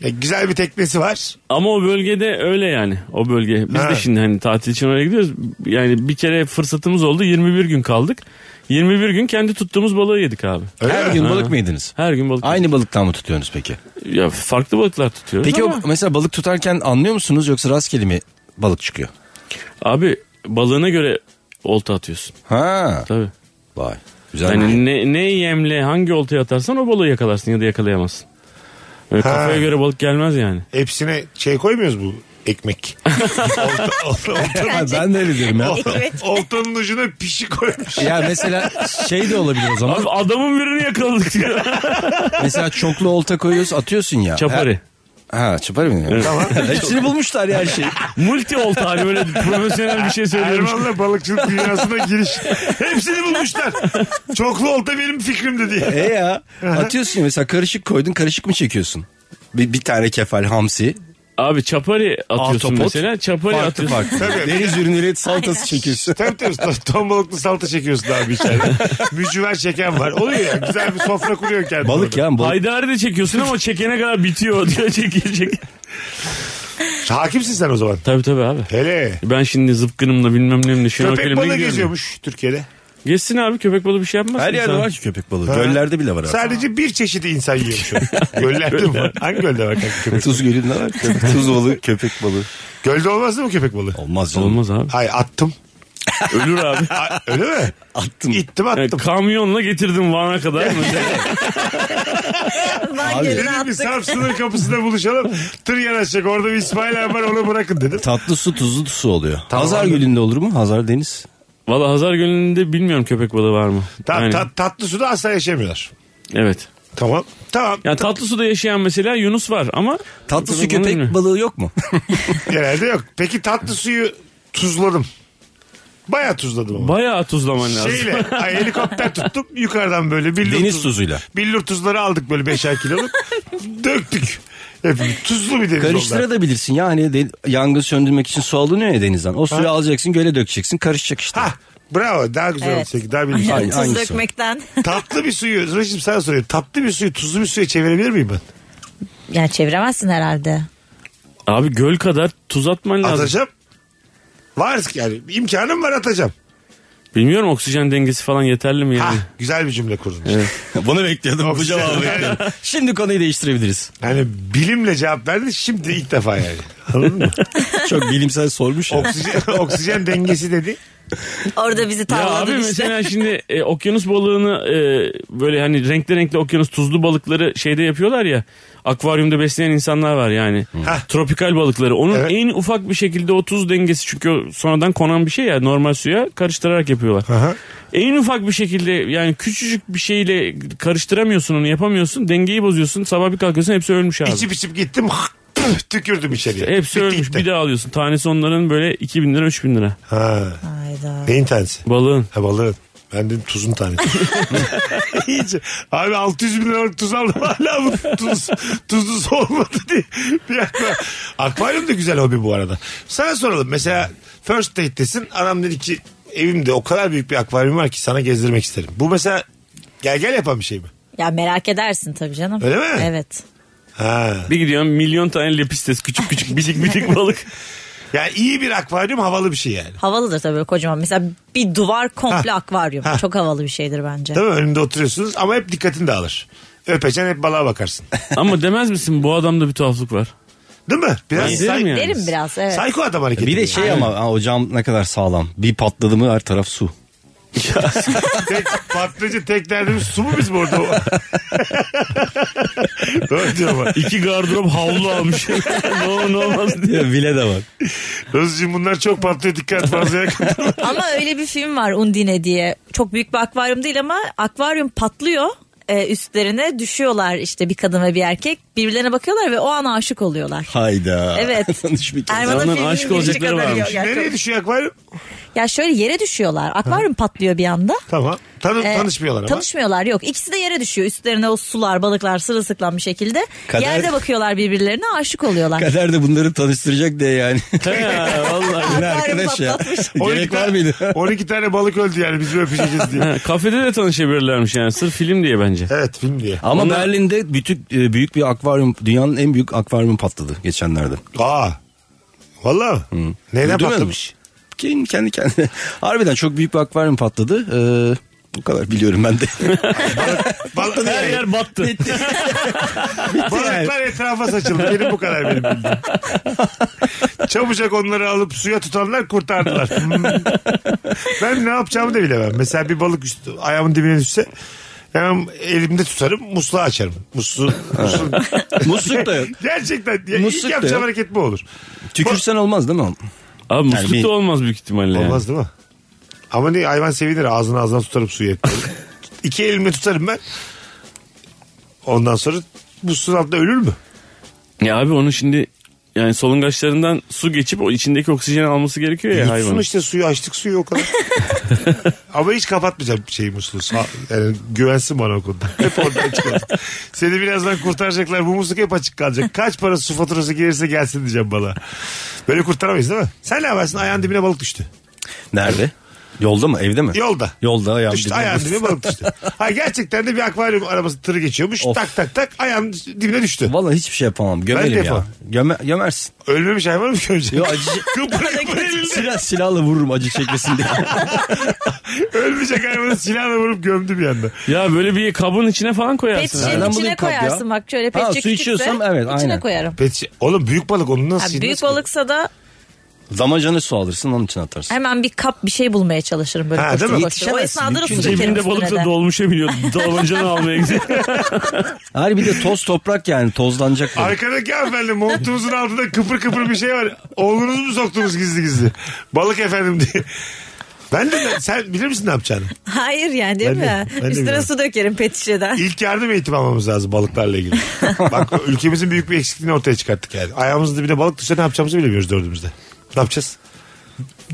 B: Ya güzel bir teknesi var.
E: Ama o bölgede öyle yani. O bölge. Biz
B: Ha.
E: de şimdi hani tatil için oraya gidiyoruz. Yani bir kere fırsatımız oldu. 21 gün kaldık. 21 gün kendi tuttuğumuz balığı yedik abi.
B: Öyle
D: Her
B: mi?
D: gün balık mı yediniz?
E: Her gün balık.
D: Aynı balıktan mı tutuyorsunuz peki?
E: Ya farklı balıklar tutuyoruz
D: Peki
E: ama-
D: o mesela balık tutarken anlıyor musunuz yoksa rastgele mi balık çıkıyor?
E: Abi balığına göre olta atıyorsun.
D: Ha.
E: Tabii.
D: Vay. Güzel.
E: Yani ne, ne yemle hangi oltaya atarsan o balığı yakalarsın ya da yakalayamazsın. Öyle
B: Ha.
E: kafaya göre balık gelmez yani.
B: Hepsine şey koymuyoruz bu ekmek. olta, olta, olta,
D: Ha, ben de öyle diyorum ya.
B: <laughs> oltanın ucuna pişi koymuş.
D: ya mesela şey de olabilir o zaman.
E: Abi adamın birini yakaladık diyor.
D: mesela çoklu olta koyuyoruz atıyorsun ya.
E: Çapari.
D: Ha, ha çapari mi?
E: Tamam.
D: <laughs> Hepsini bulmuşlar ya şey. her şeyi.
E: <laughs> Multi olta hani böyle profesyonel bir şey söylüyormuş.
B: Erman'la balıkçılık dünyasına giriş. Hepsini bulmuşlar. Çoklu olta benim fikrimdi diye.
D: E ya. Atıyorsun ya mesela karışık koydun karışık mı çekiyorsun? Bir, bir tane kefal hamsi.
E: Abi çapari atıyorsun
D: Ahtapot.
E: mesela. Çapari
D: Farklı
E: atıyorsun.
D: farklı.
B: Tabii.
D: Deniz ürünleri salatası çekiyorsun.
B: Tabii tabii ton, ton balıklı salata çekiyorsun abi içeride. Mücver çeken var. Oluyor ya güzel bir sofra kuruyor kendin.
D: Balık
B: orada.
D: ya balık.
E: Haydari de çekiyorsun ama çekene kadar bitiyor <laughs> diyor çekiyor çekiyor.
B: Hakimsin sen o zaman.
E: Tabii tabii abi.
B: Hele.
E: Ben şimdi zıpkınımla bilmem nemle
B: Köpek
E: şnorkelimle
B: balığı
E: gidiyorum.
B: geziyormuş Türkiye'de.
E: Geçsin abi köpek balığı bir şey yapmaz.
D: Her yerde
E: insan.
D: var ki köpek balığı. Göllerde bile var. Sen...
B: Sadece bir çeşidi insan yiyormuş. onu. Göllerde mi var? Hangi gölde var kanka köpek?
D: Tuz gölünde var. Tuz balığı, köpek balığı.
B: Gölde olmaz mı köpek balığı?
D: Olmaz canım.
E: Olmaz abi.
B: Hayır attım.
D: <laughs>
E: Ölür abi.
B: A- Öyle mi?
D: Attım.
B: İttim
E: Yani
B: attım.
E: kamyonla getirdim Van'a kadar.
D: <laughs>
C: Van Gölü'ne
B: Dedim bir
C: attık.
B: Sarp sınır kapısında buluşalım. Tır yanaşacak. Orada bir İsmail abi var onu bırakın dedim.
D: Tatlı su tuzlu su oluyor. Hazar Gölü'nde olur mu? Hazar Deniz.
E: Valla Hazar Gölü'nde bilmiyorum köpek balığı var mı?
B: Ta-
E: Yani,
B: ta- tatlı suda asla yaşamıyorlar.
E: evet.
B: Tamam. Tamam.
E: Yani tatlı suda yaşayan mesela Yunus var ama
D: Tatlı su
E: Bunu
D: köpek
E: bilmiyorum.
D: balığı yok mu?
B: Genelde yok. Peki tatlı suyu tuzladım. Bayağı tuzladım ama.
E: bayağı tuzlaman lazım.
B: Şeyle ay, helikopter tuttum yukarıdan böyle billur
D: Deniz
B: tuz-
D: tuzuyla.
B: Billur tuzları aldık böyle beşer kiloluk. Döktük. Hep tuzlu bir deniz oldu.
D: Karıştırabilirsin ya hani de- yangın söndürmek için su alınıyor ya denizden. O suyu alacaksın göle dökeceksin karışacak işte.
B: Ha bravo daha güzel
C: Evet.
B: oldu. Daha bilmiş.
D: Ay,
C: Tuz
D: hangisi?
C: dökmekten.
B: tatlı bir suyu Zırhçım sana soruyorum. Tatlı bir suyu tuzlu bir suya çevirebilir miyim ben?
C: Yani çeviremezsin herhalde.
E: Abi göl kadar tuz atman lazım.
B: Atacağım. Var yani imkanım var atacağım.
E: Bilmiyorum oksijen dengesi falan yeterli mi
B: Ha
E: yani?
B: güzel bir cümle kurdun.
D: Bunu bekliyordum bu cevabı
B: Yani,
D: <laughs> Şimdi konuyu değiştirebiliriz.
B: yani bilimle cevap verdin şimdi ilk defa
E: <laughs>
B: yani. Anladın mı?
D: Çok bilimsel sormuş ya.
B: Oksijen, oksijen dengesi dedi.
C: Orada bizi
E: Ya abi
C: tavladın işte.
E: mesela şimdi e, okyanus balığını e, böyle hani renkli renkli okyanus tuzlu balıkları şeyde yapıyorlar ya. Akvaryumda besleyen insanlar var yani.
B: Hah.
E: Tropikal balıkları. Onun
B: Evet.
E: en ufak bir şekilde o tuz dengesi çünkü o sonradan konan bir şey ya normal suya karıştırarak yapıyorlar.
B: Aha.
E: En ufak bir şekilde yani küçücük bir şeyle karıştıramıyorsun onu yapamıyorsun. Dengeyi bozuyorsun. Sabah bir kalkıyorsun hepsi ölmüş abi.
B: İçip içip gittim <laughs> tükürdüm içeriye.
E: Hepsi
B: Bitti
E: ölmüş.
B: gitti.
E: Bir daha alıyorsun. Tanesi onların böyle 2000 lira 3000 lira.
B: Ha.
C: Hayda.
B: Neyin tanesi?
E: Balığın.
B: Ha balığın. Ben dedim tuzun
E: <laughs>
B: tanesi. İyice. Abi 600 bin liralık tuz aldım hala bu tuz, tuzlu su olmadı diye. Bir akla. Akvaryum da güzel hobi bu arada. Sana soralım mesela first date'tesin. Anam dedi ki evimde o kadar büyük bir akvaryum var ki sana gezdirmek isterim. Bu mesela gel gel yapan bir şey mi?
C: Ya merak edersin tabii canım.
B: Öyle mi?
C: Evet.
B: Ha.
E: Bir gidiyorum milyon tane lepistes küçük küçük bitik bitik balık.
B: Yani iyi bir akvaryum havalı bir şey yani.
C: Havalıdır tabii böyle kocaman. Mesela bir duvar komple akvaryum.
B: Ha.
C: Çok havalı bir şeydir bence.
B: Değil mi? Önünde oturuyorsunuz ama hep dikkatin dağılır. Öpeceksin hep balığa bakarsın.
E: Ama demez misin bu adamda bir tuhaflık var.
B: Değil mi? Biraz
E: Ben derim yani.
C: Derim biraz evet.
B: Sayko adam hareketi.
D: Bir de şey ama ha, o cam ne kadar sağlam. Bir patladı mı her taraf <laughs> su.
B: tek, patlıcı tek derdimiz su mu biz burada? <laughs> Doğru diyor ama.
E: İki gardırop havlu almış. <laughs> ne olur ne olmaz diye.
D: Bile de var.
B: Özcüğüm bunlar çok patlıyor dikkat fazla
C: <laughs>
B: yakın.
C: Ama öyle bir film var Undine diye. Çok büyük bir akvaryum değil ama akvaryum patlıyor. e, üstlerine düşüyorlar işte bir kadın ve bir erkek. Birbirlerine bakıyorlar ve o an aşık oluyorlar.
D: Hayda.
C: Evet.
D: <laughs> Tanış bir kez.
C: Erman'ın
E: Onların
C: filminin
E: aşık
C: birinci
E: olacakları
C: kadarı
E: varmış.
C: yok.
B: Nereye düşüyor akvaryum?
C: Ya şöyle yere düşüyorlar. Akvaryum patlıyor bir anda.
B: Tamam. Tanı,
C: Ee,
B: tanışmıyorlar ama.
C: Tanışmıyorlar yok. İkisi de yere düşüyor. Üstlerine o sular, balıklar sırılsıklam bir şekilde.
D: Kader-
C: Yerde bakıyorlar birbirlerine aşık oluyorlar.
D: Kader de bunları tanıştıracak diye yani.
E: Ha, vallahi.
D: Ne arkadaş ya.
B: 12
D: <laughs> Gerek
B: tane-
D: var mıydı?
B: <laughs> 12 tane balık öldü yani biz öpüşeceğiz
D: <laughs>
B: diye.
E: Ha, kafede de tanışabilirlermiş yani sırf film diye bence.
B: evet film diye.
D: Ama Berlin'de bütün e, büyük bir akvaryum, dünyanın en büyük akvaryumu patladı geçenlerde.
B: Aa. Valla mı? Neyden
D: Duydun mu?
B: patlamış?
D: Kendi kendi kendine. Harbiden çok büyük bir akvaryum patladı. Ee, bu kadar biliyorum ben de.
B: Bal-
E: Her yer battı.
B: balıklar etrafa saçıldı. Benim bu kadar benim bildiğim. Çabucak onları alıp suya tutanlar kurtardılar. Hmm. ben ne yapacağımı da bilemem. Mesela bir balık üstü, ayağımın dibine düşse hemen elimde tutarım musluğu açarım. Musluğu, musluğu.
D: <laughs> Musluk da yok.
B: Gerçekten ya, ilk
D: Musluk da
B: yapacağım
D: yok.
B: hareket bu olur.
D: Tükürsen olmaz değil mi?
E: Abi musluk
D: Yani bir-
E: da olmaz büyük ihtimalle. yani.
B: Olmaz değil mi? Ama ne hayvan sevinir ağzını ağzına tutarım suyu hep. İki elimle tutarım ben. Ondan sonra bu suyun altında ölür mü?
E: Ya abi onun şimdi yani solungaçlarından su geçip o içindeki oksijeni alması gerekiyor
D: E,
E: ya
B: Yutsun
E: hayvanın.
B: işte suyu açtık suyu o
D: <laughs>
B: kadar. Ama hiç kapatmayacağım şeyi musluğu. Sağ- Yani güvensin bana o konuda. Hep orada açık olsun. Seni birazdan kurtaracaklar. Bu musluk hep açık kalacak. Kaç para su faturası gelirse gelsin diyeceğim bana. Böyle kurtaramayız değil mi? Sen ne yaparsın? Ayağın dibine balık düştü.
D: Nerede? Yolda mı? Evde mi?
B: Yolda.
D: Yolda ayağım
B: Düştü
D: dibine
B: ayağın
D: balık.
B: dibine balık düştü. Ha gerçekten de bir akvaryum arabası tırı geçiyormuş.
D: Of.
B: Tak tak tak ayağın dibine düştü.
D: Vallahi hiçbir şey yapamam.
B: Ben de
D: Gömerim ya.
B: yapamam.
D: Göme, gömersin.
B: Ölmemiş hayvan mı görecek?
D: Yo, acı,
B: <laughs> Kıpır kıpır elinde.
D: silah, silahla vururum acı çekmesin <laughs> diye.
B: Ölmeyecek hayvanı silahla vurup gömdü bir anda.
E: Ya böyle bir kabın içine falan koyarsın.
C: Petçenin
D: Nereden
C: içine
D: bulayım kap ya?
C: koyarsın bak şöyle
D: Ha,
C: petçe
D: su
C: küçükse
D: içiyorsam evet,
C: içine
D: aynen.
C: koyarım.
B: Peki, oğlum büyük balık onu
C: Ha,
B: nasıl
C: büyük
B: silmez ki?
C: balıksa da
D: Damacana su alırsın onun için atarsın.
C: hemen bir kap bir şey bulmaya çalışırım böyle.
B: Ha,
C: koştura
B: değil mi?
C: koştura. O
D: Yetişemezsin.
C: esnada da
D: Mümkün
C: su
D: değil.
C: dökerim
E: Cebinde
C: üstüne
E: balık da
C: de.
E: dolmuşa <laughs> biniyor. Dalıncanı almaya gidiyor.
D: Hayır bir de toz toprak yani tozlanacak. böyle.
B: Arkadaki hanımefendi montumuzun altında kıpır kıpır bir şey var. Oğlunuzu mu soktunuz gizli gizli? Balık efendim diye. Ben de sen bilir misin ne yapacağını?
C: Hayır yani değil
B: Ben de-
C: mi?
B: ben de
C: Üstüne
B: biliyorum.
C: su dökerim pet şişeden.
B: İlk yardım eğitimi almamız lazım balıklarla ilgili. Bak ülkemizin büyük bir eksikliğini ortaya çıkarttık yani. Ayağımızın dibine balık düşse ne yapacağımızı bilemiyoruz dördümüzde. Ne yapacağız?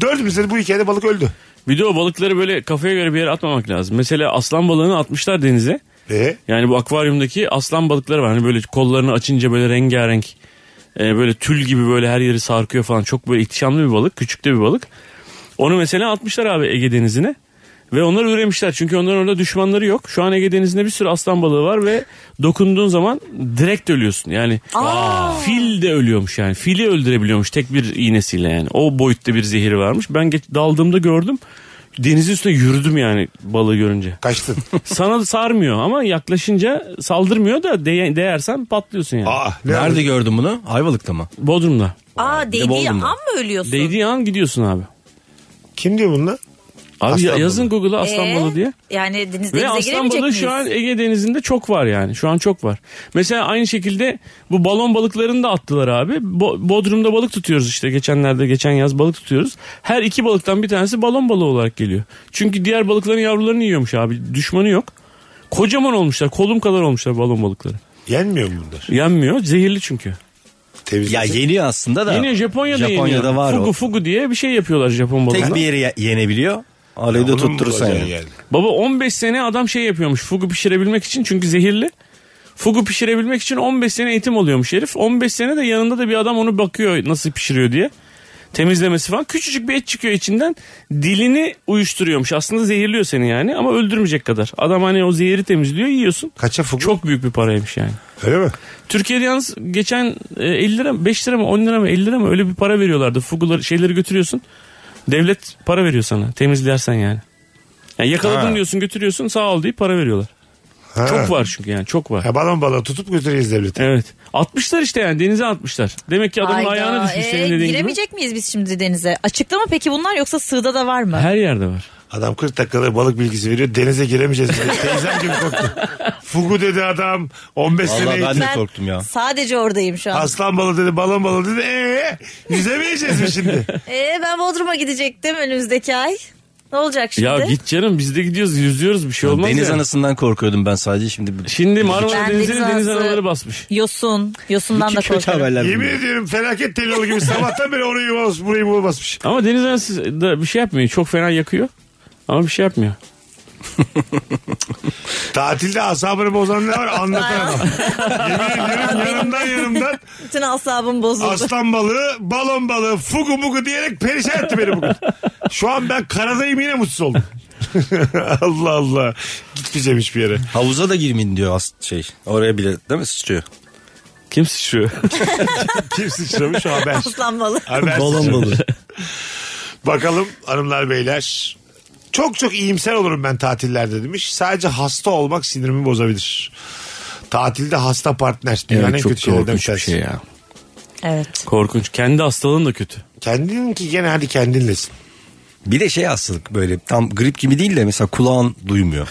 B: Dördümüzde de bu hikayede balık öldü.
E: Bir de o balıkları böyle kafaya göre bir yere atmamak lazım. Mesela aslan balığını atmışlar denize.
B: E?
E: Yani bu akvaryumdaki aslan balıkları var. Hani böyle kollarını açınca böyle rengarenk. e, böyle tül gibi böyle her yeri sarkıyor falan. Çok böyle ihtişamlı bir balık. Küçük de bir balık. Onu mesela atmışlar abi Ege Denizi'ne. Ve onları üremişler. Çünkü onların orada düşmanları yok. Şu an Ege Denizi'nde bir sürü aslan balığı var ve dokunduğun zaman direkt ölüyorsun. Yani fil de ölüyormuş yani. Fili öldürebiliyormuş tek bir iğnesiyle yani. O boyutta bir zehiri varmış. Ben geç, daldığımda gördüm. Denizin üstüne yürüdüm yani balığı görünce.
B: Kaçtın.
E: Sana sarmıyor ama yaklaşınca saldırmıyor da değe- değersen patlıyorsun yani.
B: Aa, ah, ne
D: Nerede gördün bunu? Ayvalık'ta mı?
E: Bodrum'da.
C: Aa değdiği
D: Boğuldum
C: an
D: ben.
C: mı ölüyorsun?
E: Değdiği an gidiyorsun abi.
B: Kim diyor bunu lan?
E: Abi
B: Aslan
E: ya- yazın Google'a aslan
C: Ee,
E: balığı diye.
C: Yani deniz,
E: Ve
C: denize
E: aslan
C: giremeyecek
E: balığı
C: miyiz?
E: şu an Ege Denizi'nde çok var yani. Şu an çok var. Mesela aynı şekilde bu balon balıklarını da attılar abi. Bo- Bodrum'da balık tutuyoruz işte. Geçenlerde geçen yaz balık tutuyoruz. Her iki balıktan bir tanesi balon balığı olarak geliyor. Çünkü diğer balıkların yavrularını yiyormuş abi. Düşmanı yok. Kocaman olmuşlar. Kolum kadar olmuşlar balon balıkları.
B: Yenmiyor mu bunlar?
E: Yenmiyor. Zehirli çünkü.
D: Ya
B: Temizlesin.
D: yeniyor aslında da.
E: Yine Japonya'da,
D: Japonya'da
E: yeniyor.
D: var
E: fugu
D: o.
E: fugu diye bir şey yapıyorlar Japon balığına.
D: Tek bir yeri ye- yenebiliyor. Arayı da
B: Onu mu
D: tutturursan
B: bulacaksın
D: yani.
E: Baba 15 sene adam şey yapıyormuş fugu pişirebilmek için çünkü zehirli. Fugu pişirebilmek için 15 sene eğitim oluyormuş herif. 15 sene de yanında da bir adam onu bakıyor nasıl pişiriyor diye. Temizlemesi falan. Küçücük bir et çıkıyor içinden. Dilini uyuşturuyormuş. Aslında zehirliyor seni yani ama öldürmeyecek kadar. Adam hani o zehri temizliyor yiyorsun.
B: Kaça fugu?
E: Çok büyük bir paraymış yani.
B: Öyle mi?
E: Türkiye'de yalnız geçen e, 50 lira mı 5 lira mı 10 lira mı 50 lira mı öyle bir para veriyorlardı. Fuguları şeyleri götürüyorsun. Devlet para veriyor sana temizlersen yani. yani yakaladın
B: Ha.
E: diyorsun götürüyorsun sağ ol deyip para veriyorlar.
B: Ha.
E: Çok var çünkü yani çok var.
B: Ha, balon balığı tutup götüreceğiz devlete.
E: Evet. Atmışlar işte yani denize atmışlar. Demek ki adamın
C: Hayda,
E: ayağına düşmüş
C: ee,
E: senin dediğin gibi.
C: Giremeyecek miyiz biz şimdi denize? Açıkta mı peki bunlar yoksa sığda da var mı?
E: Her yerde var.
B: Adam 40 dakikada balık bilgisi veriyor. Denize giremeyeceğiz.
D: <laughs>
B: dedi. Teyzem gibi korktu. Fugu dedi adam. 15 sene
D: Vallahi ben
B: eğitim.
D: de korktum ya.
C: Sadece oradayım şu an.
B: Aslan balığı dedi, balon balığı dedi.
D: <laughs>
B: Ee, yüzemeyeceğiz mi şimdi?
C: E, Ee, ben Bodrum'a gidecektim önümüzdeki ay. Ne olacak şimdi?
E: Ya git canım biz de gidiyoruz yüzüyoruz bir şey olmaz
D: Deniz
E: yani.
D: anasından korkuyordum ben sadece şimdi.
E: Şimdi Marmara
C: Ben
E: Denizi'ni
C: deniz
E: deniz
C: anası-
E: anaları basmış.
C: Yosun. Yosundan da
D: kötü
C: korkarım.
D: haberler
B: Yemin
D: bunlar.
B: ediyorum felaket telyalı gibi sabahtan beri orayı bulmaz, burayı bulmazmış.
E: Ama deniz anası da bir şey yapmıyor. Çok fena yakıyor. Ama bir şey yapmıyor.
B: Tatilde asabını bozan ne var anlatamam. Yemin ediyorum yanımdan
D: <laughs>
B: yanımdan
C: Bütün asabım bozuldu. <laughs>
B: aslan balığı, balon balığı, fugu mugu diyerek perişan etti beni bugün. Şu an ben karadayım yine mutsuz oldum. <laughs> Allah Allah. Gitmeyeceğim hiçbir yere.
D: Havuza da girmeyin diyor as- şey. Oraya bile değil mi sıçrıyor?
E: Kim <laughs> sıçrıyor?
B: Kim sıçramış o haber.
C: Aslan balığı.
B: haber
D: Balon
B: sıçramış.
D: balığı.
B: Bakalım hanımlar beyler. Çok çok iyimser olurum ben tatillerde demiş. Sadece hasta olmak sinirimi bozabilir. Tatilde hasta partner. Dünyanın en kötü şeylerinden bir tanesi.
E: şey
D: şey
E: ya.
C: Evet.
E: Korkunç. Kendi hastalığın da kötü.
B: Kendininki gene hadi kendinlesin.
D: Bir de şey hastalık böyle tam grip gibi değil de mesela kulağın
E: <laughs>
D: duymuyor.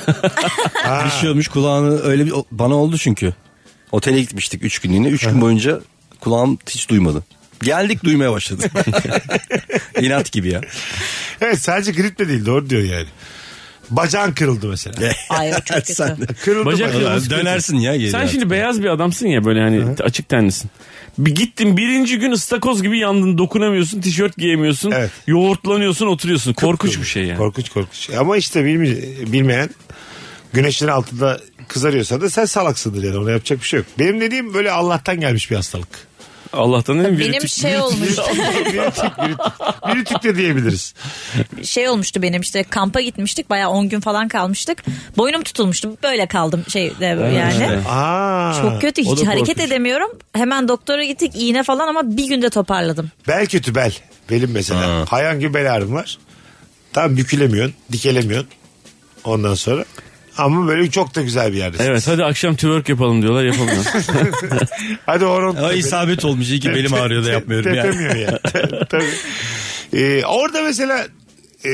D: bir şey olmuş kulağını öyle bir bana oldu çünkü. Otele gitmiştik 3 günlüğüne. 3 gün boyunca kulağım hiç duymadı. Geldik duymaya
E: <laughs>
D: başladı. İnat gibi ya.
B: Evet sadece grip de değil doğru diyor yani. Bacağın kırıldı mesela.
C: Ay o çok kötü.
D: Sen
B: Kırıldı
E: Bacak
B: bacağın.
E: kırılması
D: dönersin ya geri.
E: Sen
D: artık.
E: şimdi beyaz bir adamsın ya böyle hani açık tenlisin. Bir gittin birinci gün ıstakoz gibi yandın dokunamıyorsun tişört giyemiyorsun.
B: Evet.
E: Yoğurtlanıyorsun oturuyorsun. Korkunç bir şey yani.
B: Korkunç korkunç. Ama işte bilmi- bilmeyen güneşin altında kızarıyorsa da sen salaksındır yani ona yapacak bir şey yok. Benim dediğim böyle Allah'tan gelmiş bir
E: <laughs>
B: hastalık.
E: Allah'tan değil mi?
C: Benim
E: Virütik-
C: şey
E: virütik-
C: olmuş.
B: Biritik, biritik, biritik de diyebiliriz.
C: şey olmuştu benim işte kampa gitmiştik. Bayağı 10 gün falan kalmıştık. Boynum tutulmuştu. Böyle kaldım şey de yani.
B: Aa,
C: Çok kötü
E: o da
C: hiç hareket
E: korkunç.
C: edemiyorum. Hemen doktora gittik iğne falan ama bir günde toparladım.
B: Bel kötü bel. Belim mesela. Hayvan gibi bel ağrım var. Tam bükülemiyorsun, dikelemiyorsun. Ondan sonra. Ama böyle çok da güzel bir yerdesin.
E: Evet hadi akşam twerk yapalım diyorlar
B: <laughs>
E: yapamıyor.
B: Hadi horon.
D: Ay isabet olmuş iyi ki belim ağrıyor da yapmıyorum yani.
B: Tepemiyor
E: <laughs>
B: yani. Tabii. Ee, orada mesela e,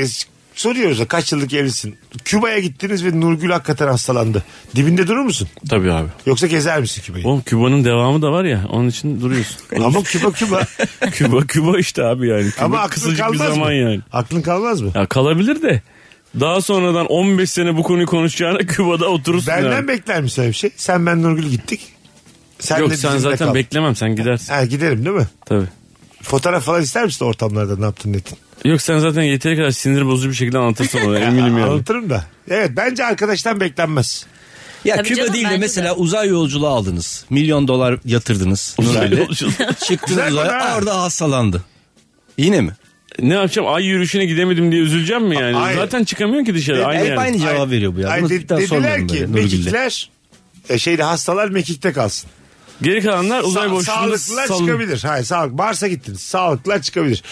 B: soruyoruz da kaç yıllık evlisin? Küba'ya gittiniz ve Nurgül hakikaten hastalandı. Dibinde durur musun?
E: Tabii abi.
B: Yoksa gezer misin Küba'yı?
E: Oğlum Küba'nın devamı da var ya onun
B: <laughs>
E: için duruyorsun.
B: Ama Küba Küba.
E: Küba Küba işte abi yani. <laughs> Küba
B: Ama aklın
E: kısacık bir
B: kalmaz
E: zaman
B: mı?
E: yani.
B: Aklın kalmaz mı?
E: Ya kalabilir de daha sonradan 15 sene bu konuyu konuşacağına <laughs> Küba'da oturursun.
B: Benden
E: yani.
B: bekler misin öyle bir şey? Sen ben Nurgül gittik. Sen
E: Yok
B: de
E: sen
B: bizimle
E: zaten
B: kal.
E: beklemem sen gidersin.
B: Ha, giderim değil mi?
E: Tabii.
B: Fotoğraf falan ister misin ortamlarda ne yaptın ne ettin?
E: Yok sen zaten yeteri kadar sinir bozucu bir şekilde anlatırsın
B: <laughs>
E: onu eminim
B: Aa,
E: yani.
B: Anlatırım da. Evet bence arkadaştan beklenmez.
D: Ya
C: Tabii
D: Küba
C: canım,
D: değil de
C: bence
D: mesela uzay yolculuğu aldınız. Milyon dolar yatırdınız.
E: Uzay
D: Nurgül'le.
E: yolculuğu.
D: <laughs> Çıktınız
B: Güzel
D: uzaya
B: konu ha.
D: orada hastalandı. Yine mi?
E: ne yapacağım ay yürüyüşüne gidemedim diye üzüleceğim mi yani?
B: Hayır.
E: Zaten çıkamıyorsun ki dışarı aynı
D: Hep
E: yani.
D: aynı cevap veriyor bu ya.
B: E, Ay,
D: Bunu
B: de-
D: bir daha sormayalım
B: dediler ki
D: böyle Nurgül'le.
B: mekikler e, şeyde hastalar mekikte kalsın.
E: Geri kalanlar uzay
B: Sa-
E: boşluğunda
B: sağlıklılar
E: salın.
B: çıkabilir. Hayır sağlık. Mars'a gittiniz. Sağlıklılar çıkabilir.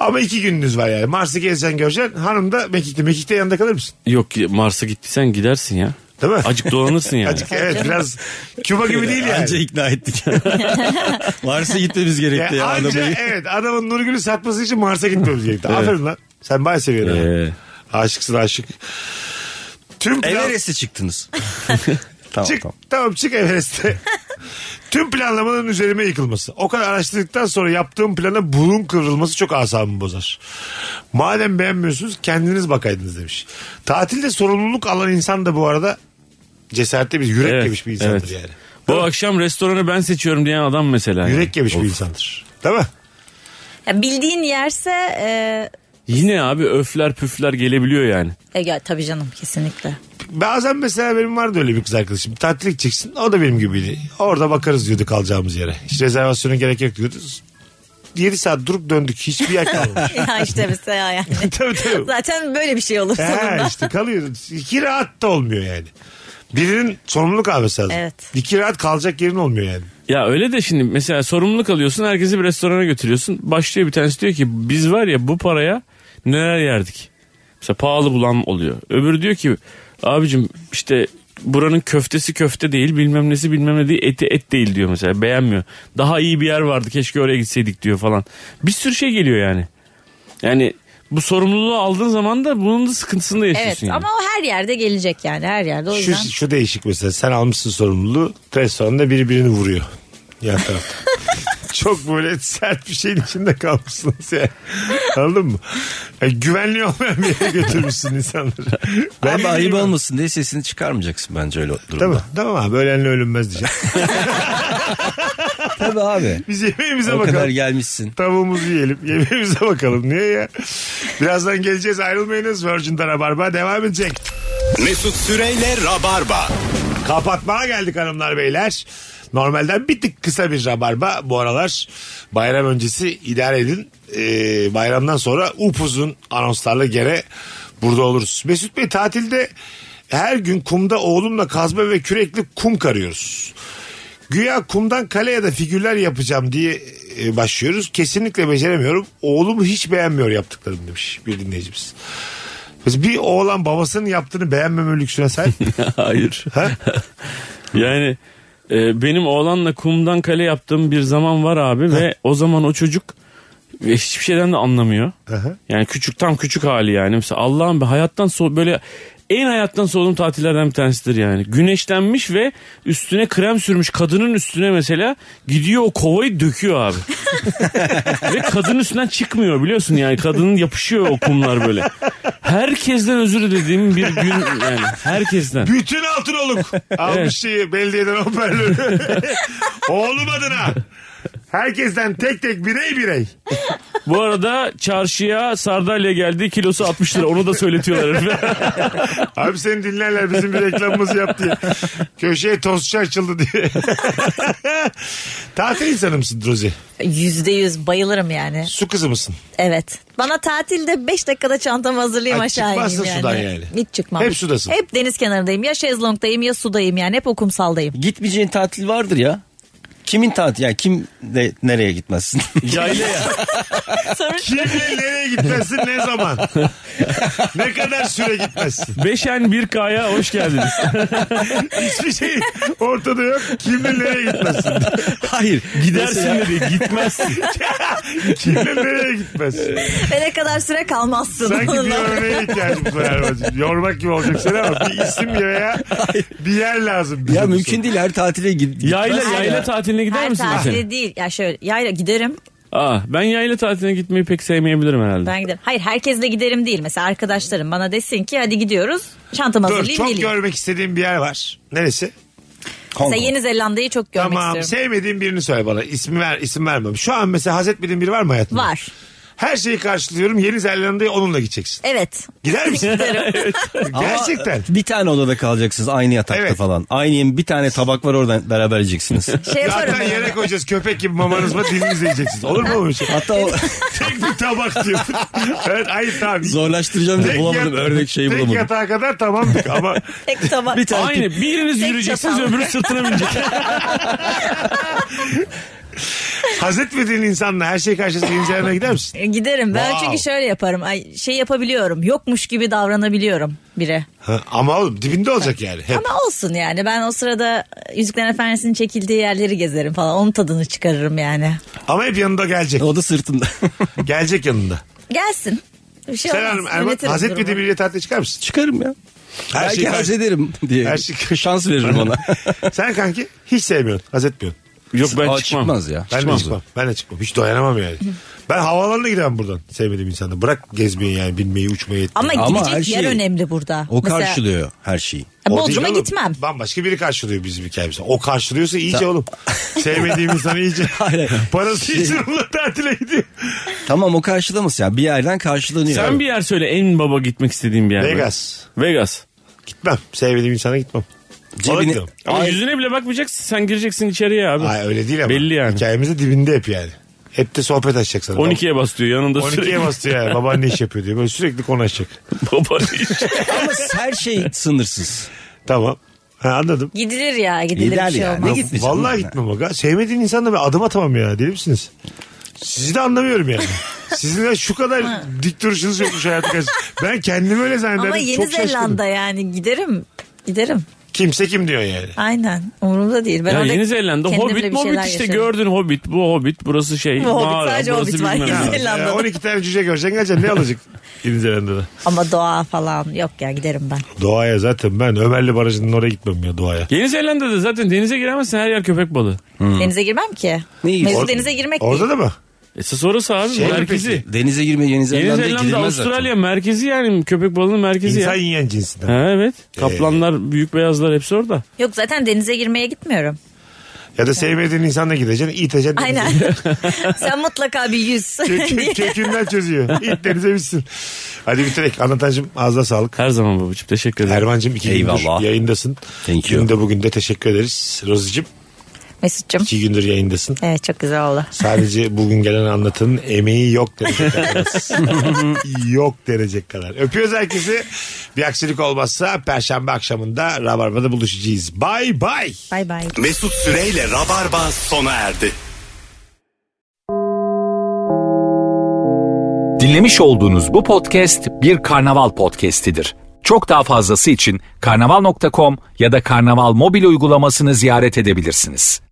B: Ama iki gününüz var yani. Mars'ı gezeceksin göreceksin. Hanım da Mekik'te. Mekik'te yanında kalır mısın?
E: Yok ki, Mars'a gittiysen gidersin ya.
B: Değil mi? <laughs>
E: Acık dolanırsın yani.
B: Azıcık, evet biraz Küba gibi değil yani.
D: Anca
B: <laughs>
D: ikna ettik. Varsa gitmemiz
B: Ya,
D: gerekti ya.
B: E, anca
D: adamı.
B: evet adamın Nurgül'ü satması için Mars'a gitmemiz gerekti. Aferin lan. Sen bayağı seviyorsun. ha.
E: Ee,
B: Aşıksın aşık. Tüm plan... <laughs>
D: Everest'e çıktınız. tamam
B: Çık,
D: tamam.
B: tamam. çık Everest'e. Tüm planlamanın üzerime yıkılması. O kadar araştırdıktan sonra yaptığım plana burun kıvrılması çok asabımı bozar. Madem beğenmiyorsunuz kendiniz bakaydınız demiş. Tatilde sorumluluk alan insan da bu arada cesaretli bir yürek
E: Evet,
B: yemiş bir insandır
E: evet.
B: yani.
E: bu akşam restoranı ben seçiyorum diyen adam mesela. yani.
B: Yürek yemiş
E: Of.
B: bir insandır. Değil mi?
C: Ya bildiğin yerse e,
E: Yine abi öfler püfler gelebiliyor yani.
C: e, ya, tabii canım kesinlikle.
B: Bazen mesela benim vardı öyle bir kız arkadaşım. Tatile gideceksin. O da benim gibiydi. Orada bakarız diyordu kalacağımız yere. Hiç rezervasyona gerek yok diyordu. 7 saat durup döndük. Hiçbir yer
C: <laughs>
B: kalmamış.
C: <laughs> ya işte mesela yani.
B: tabii tabii.
C: <laughs> Zaten böyle bir şey olur
B: He
C: sonunda.
B: işte kalıyoruz. İki rahat da olmuyor yani. Birinin sorumluluk alması lazım.
C: Evet.
B: İki rahat kalacak yerin olmuyor yani.
E: Ya öyle de şimdi mesela sorumluluk alıyorsun herkesi bir restorana götürüyorsun. Başlıyor bir tanesi diyor ki biz var ya bu paraya neler yerdik. Mesela pahalı bulan oluyor. Öbürü diyor ki abicim işte buranın köftesi köfte değil bilmem nesi bilmem ne değil eti et değil diyor mesela beğenmiyor. Daha iyi bir yer vardı keşke oraya gitseydik diyor falan. Bir sürü şey geliyor yani. Yani bu sorumluluğu aldığın zaman da bunun da sıkıntısını da
C: Evet
E: yaşıyorsun yani.
C: ama o her yerde gelecek yani her yerde o
B: şey. Şu,
C: yüzden.
B: şu değişik mesela sen almışsın sorumluluğu restoranda biri birini vuruyor. Yan tarafta. Çok böyle sert bir şeyin içinde kalmışsınız yani. Anladın mı? E, güvenli olmayan bir yere götürmüşsün insanları. Ben
D: Abi ayıp
B: bilmiyorum.
D: olmasın diye sesini çıkarmayacaksın bence öyle durumda.
B: Tamam, tamam abi ölenle ölünmez diyeceğim.
D: Tabii abi.
B: Biz yemeğimize
D: o
B: bakalım.
D: kadar gelmişsin.
B: Tavuğumuzu yiyelim. Yemeğimize bakalım. Niye ya? Birazdan geleceğiz. Ayrılmayınız. Virgin'de Rabarba devam edecek.
A: Mesut Süreyle Rabarba.
B: Kapatmaya geldik hanımlar beyler. Normalden bir tık kısa bir rabarba bu aralar. Bayram öncesi idare edin. Ee, bayramdan sonra upuzun anonslarla gene burada oluruz. Mesut Bey tatilde her gün kumda oğlumla kazma ve kürekli kum karıyoruz. Güya kumdan kale ya da figürler yapacağım diye e, başlıyoruz. Kesinlikle beceremiyorum. Oğlumu hiç beğenmiyor yaptıklarım demiş bir dinleyicimiz. Biz bir oğlan babasının yaptığını beğenmeme lüksüne sahip mi?
E: <laughs> Hayır.
B: Ha?
E: Yani e, benim oğlanla kumdan kale yaptığım bir zaman var abi ve o zaman o çocuk ve hiçbir şeyden de anlamıyor.
B: Aha.
E: Yani küçük tam küçük hali yani. Mesela Allah'ım be hayattan so böyle en hayattan soğuduğum tatillerden bir tanesidir yani. Güneşlenmiş ve üstüne krem sürmüş kadının üstüne mesela gidiyor o kovayı döküyor abi. ve kadının üstünden çıkmıyor biliyorsun yani. Kadının yapışıyor o kumlar böyle. Herkesten özür dilediğim bir gün yani. Herkesten.
B: Bütün altınoluk almış
E: Evet.
B: şeyi belediyeden hoparlörü. Oğlum adına. Herkesten tek tek birey birey.
E: Bu arada çarşıya sardalya geldi kilosu 60 lira onu da söyletiyorlar herife. <laughs>
B: Abi seni dinlerler bizim bir reklamımız yap diye. Köşeye tostçu açıldı diye. Tatil insanı mısın Rozi?
C: Yüzde yüz bayılırım yani.
B: Su kızı mısın?
C: Evet. Bana tatilde 5 dakikada çantamı hazırlayayım
B: Ha,
C: aşağı ineyim
B: çıkmazsın
C: yani.
B: sudan yani.
C: Hiç çıkmam.
B: Hep sudasın.
C: Hep deniz kenarındayım. Ya şezlongdayım ya sudayım yani.
B: <laughs>
C: Hep okumsaldayım.
D: Gitmeyeceğin tatil vardır ya. Kimin tatili? Yani kim de nereye gitmezsin? <laughs>
E: Yaylaya.
C: Sonuçta
B: Kimle nereye gitmezsin ne zaman? ne kadar süre gitmezsin?
E: Beşen bir kaya hoş <laughs> geldiniz.
B: Hiçbir şey ortada yok. Kimle nereye gitmezsin?
D: Hayır.
E: Gidersin dedi gitmezsin.
B: Kimle nereye gitmezsin?
C: ve ne kadar süre kalmazsın.
B: Sanki bir örneğe ihtiyacımız var Erman'cığım. Yormak gibi olacak seni ama bir isim ya veya bir yer lazım.
D: Ya mümkün değil her tatile git. gitmezsin
E: Yayla, yayla tatiline gider
C: Her
E: misin?
C: tatile değil. Ya şöyle yayla giderim.
E: Aa, ben yayla tatiline gitmeyi pek sevmeyebilirim herhalde.
C: Ben giderim. Hayır herkesle giderim değil. Mesela arkadaşlarım bana desin ki hadi gidiyoruz. Çantamı
B: Dur
C: hazırlayayım
B: çok
C: geleyim.
B: görmek istediğim bir yer var. Neresi?
D: Hong
C: Mesela
D: Kong.
C: Yeni Zelanda'yı çok görmek
B: tamam.
C: istiyorum.
B: Sevmediğin birini söyle bana. İsmi ver, isim vermem. Şu an mesela haz etmediğin biri var mı hayatında?
C: Var.
B: Her şeyi karşılıyorum. Yeni Zelanda'ya onunla gideceksin.
C: Evet.
B: Gider misin? <laughs>
D: <laughs>
B: Gerçekten.
D: Bir tane odada kalacaksınız aynı yatakta
B: Evet.
D: falan. Aynı yem- bir tane tabak var oradan
B: <laughs>
D: beraber yiyeceksiniz.
C: Şey yaparım.
B: Zaten yere
C: yani.
B: koyacağız köpek gibi mamanızla dilinizi yiyeceksiniz. Olur mu öyle şey?
D: Hatta o, <laughs>
B: Tek bir tabak diyor. <laughs> evet, ay tamam.
D: zorlaştıracağım diye
B: Tek
D: bulamadım.
B: yat-
D: Örnek şeyi
B: tek
D: bulamadım.
B: yatağa kadar tamamdık ama
C: Tek tabak.
D: Bir tane
E: Aynı biriniz
C: Tek
E: yürüyeceksiniz
C: çatal.
E: öbürü sırtına binecek.
B: haz etmediğin insanla her şey karşısında Yeni Zelanda'ya gider misin?
C: E, Giderim. Ben
B: Wow.
C: çünkü şöyle yaparım. Ay, şey yapabiliyorum. Yokmuş gibi davranabiliyorum bire.
B: <laughs> Ha, ama oğlum dibinde olacak yani. Hep.
C: Ama olsun yani. Ben o sırada Yüzüklerin Efendisi'nin çekildiği yerleri gezerim falan. Onun tadını çıkarırım yani.
B: Ama hep yanında gelecek.
D: O da sırtında.
B: Gelecek yanında.
C: Gelsin. Bir şey
B: Sen
C: olmaz.
B: hanım Erman
C: Yönetirim
B: hazretmediği
C: durumu.
B: biriyle tatile çıkar mısın?
D: <laughs> Çıkarım ya.
B: Her
D: Belki
B: şey
D: haz
B: karşı-
D: ederim diye.
B: Her şey-
D: Şans
B: <laughs>
D: veririm ona.
B: Sen kanki hiç sevmiyorsun. Haz etmiyorsun.
E: <laughs> Yok ben
D: Aa,
E: çıkmam.
D: Çıkmaz ya.
B: Ben de
D: Çıkmaz o.
B: çıkmam. Ben de çıkmam. Hiç dayanamam yani. ben havalarına gidemem buradan. Sevmediğim insanda. Bırak gezmeyi yani. Binmeyi, uçmayı. etmeyi.
C: Ama,
D: Ama her
C: gidecek yer
D: şey-
C: önemli burada.
D: O
C: Mesela-
D: karşılıyor her şeyi.
C: E,
B: O
C: Bodrum'a
B: değil oğlum.
C: gitmem.
B: Bambaşka biri karşılıyor bizim hikayemizi. O karşılıyorsa iyice
C: <laughs>
B: oğlum. Sevmediğim insan iyice.
D: Hayır, hayır.
B: Parası
C: Şey-
B: için onunla tatile gidiyor.
D: Tamam o karşılaması ya. Bir yerden karşılanıyor.
E: Sen bir yer söyle en baba gitmek istediğin bir yer.
B: Vegas.
E: Vegas.
B: Gitmem. Sevmediğim insana gitmem.
D: Cebini-
B: Olabilir.
E: Ama
D: Ay-
E: yüzüne bile bakmayacaksın sen gireceksin içeriye abi.
B: Ay öyle değil ama.
E: Belli yani.
B: Hikayemizde dibinde hep yani. Hep de sohbet açacak sana.
E: 12'ye bas diyor yanında
B: 12'ye bastı yani. Baban ne iş yapıyor diyor. Böyle sürekli konuşacak.
E: <laughs> Baba diyor.
D: Ama her şey sınırsız.
B: Tamam. Ha, anladım.
C: Gidilir ya gidilir
D: Gider
C: bir şey
D: yani.
C: olmaz.
D: Ne gitmeyeceğim
B: Vallahi
D: ben.
B: gitmem bak. ha. Sevmediğin insanla ben adım atamam ya. Deli misiniz? Sizi de anlamıyorum
E: <laughs>
B: yani. Sizin de şu kadar dik duruşunuz yokmuş hayatı karşı. Ben kendimi öyle zannederdim.
C: Ama Yeni
B: Çok şaşkınım.
C: Zelanda yani giderim. Giderim.
B: Kimse kim diyor yani.
C: Aynen. Umurumda değil. Ben
E: Ya
C: orada
E: Yeni Zelanda
C: kendimle bir
E: Hobbit Hobbit
C: şeyler
E: işte
C: yaşarım.
E: gördün Hobbit bu Hobbit burası şey.
C: Bu Hobbit, sadece
E: burası
C: Hobbit var.
E: bilmem ne.
C: <laughs> Yeni
B: Ya,
C: Zelanda'da.
B: 12 e, tane cüce göreceksin geleceksin ne
E: <laughs>
B: alacak Yeni Zelanda'da?
C: Ama doğa falan yok ya giderim ben.
B: Doğaya zaten ben Ömerli Barajı'nın oraya gitmem ya doğaya.
E: Yeni Zelanda'da zaten denize giremezsin her yer köpek balığı.
C: Denize girmem ki.
D: Hmm. Ne iyi.
C: Mevzu
D: Or-
C: denize girmek
B: Orada
C: değil.
B: da mı?
E: Esas E, orası abi
B: Şey mi
E: merkezi.
D: Denize girmeye Yeni
E: Yeni
D: Zelanda'ya
E: Zelanda
D: gidilmez zaten.
E: Avustralya merkezi yani köpek balığının merkezi
B: İnsan Ee.
E: ya.
B: yiyen cinsinden.
E: Ha, evet. Kaplanlar, büyük beyazlar hepsi orada.
C: Yok zaten denize girmeye gitmiyorum.
B: Ya da sevmediğin insanla gideceksin, iteceksin.
C: Aynen. <laughs> Sen mutlaka bir yüz.
B: Kökü, kökünden çözüyor. İt denize bitsin. Hadi bitirek. Anlatancım ağzına sağlık.
E: Her zaman babacığım teşekkür ederim.
B: Erman'cım iki
D: Eyvallah.
B: gündür yayındasın.
D: Thank you.
B: Dün de bugün de teşekkür ederiz. Rozi'cim
C: <laughs> Mesut'cum.
B: iki gündür yayındasın.
C: Evet çok güzel oldu.
B: Sadece bugün gelen anlatının emeği yok derece
D: <laughs>
B: kadar. yok derece kadar. Öpüyoruz herkesi. Bir aksilik olmazsa perşembe akşamında Rabarba'da buluşacağız. Bay bay.
C: Bay bay.
A: Mesut Süreyle Rabarba sona erdi.
F: Dinlemiş olduğunuz bu podcast bir karnaval podcastidir. Çok daha fazlası için karnaval.com ya da karnaval mobil uygulamasını ziyaret edebilirsiniz.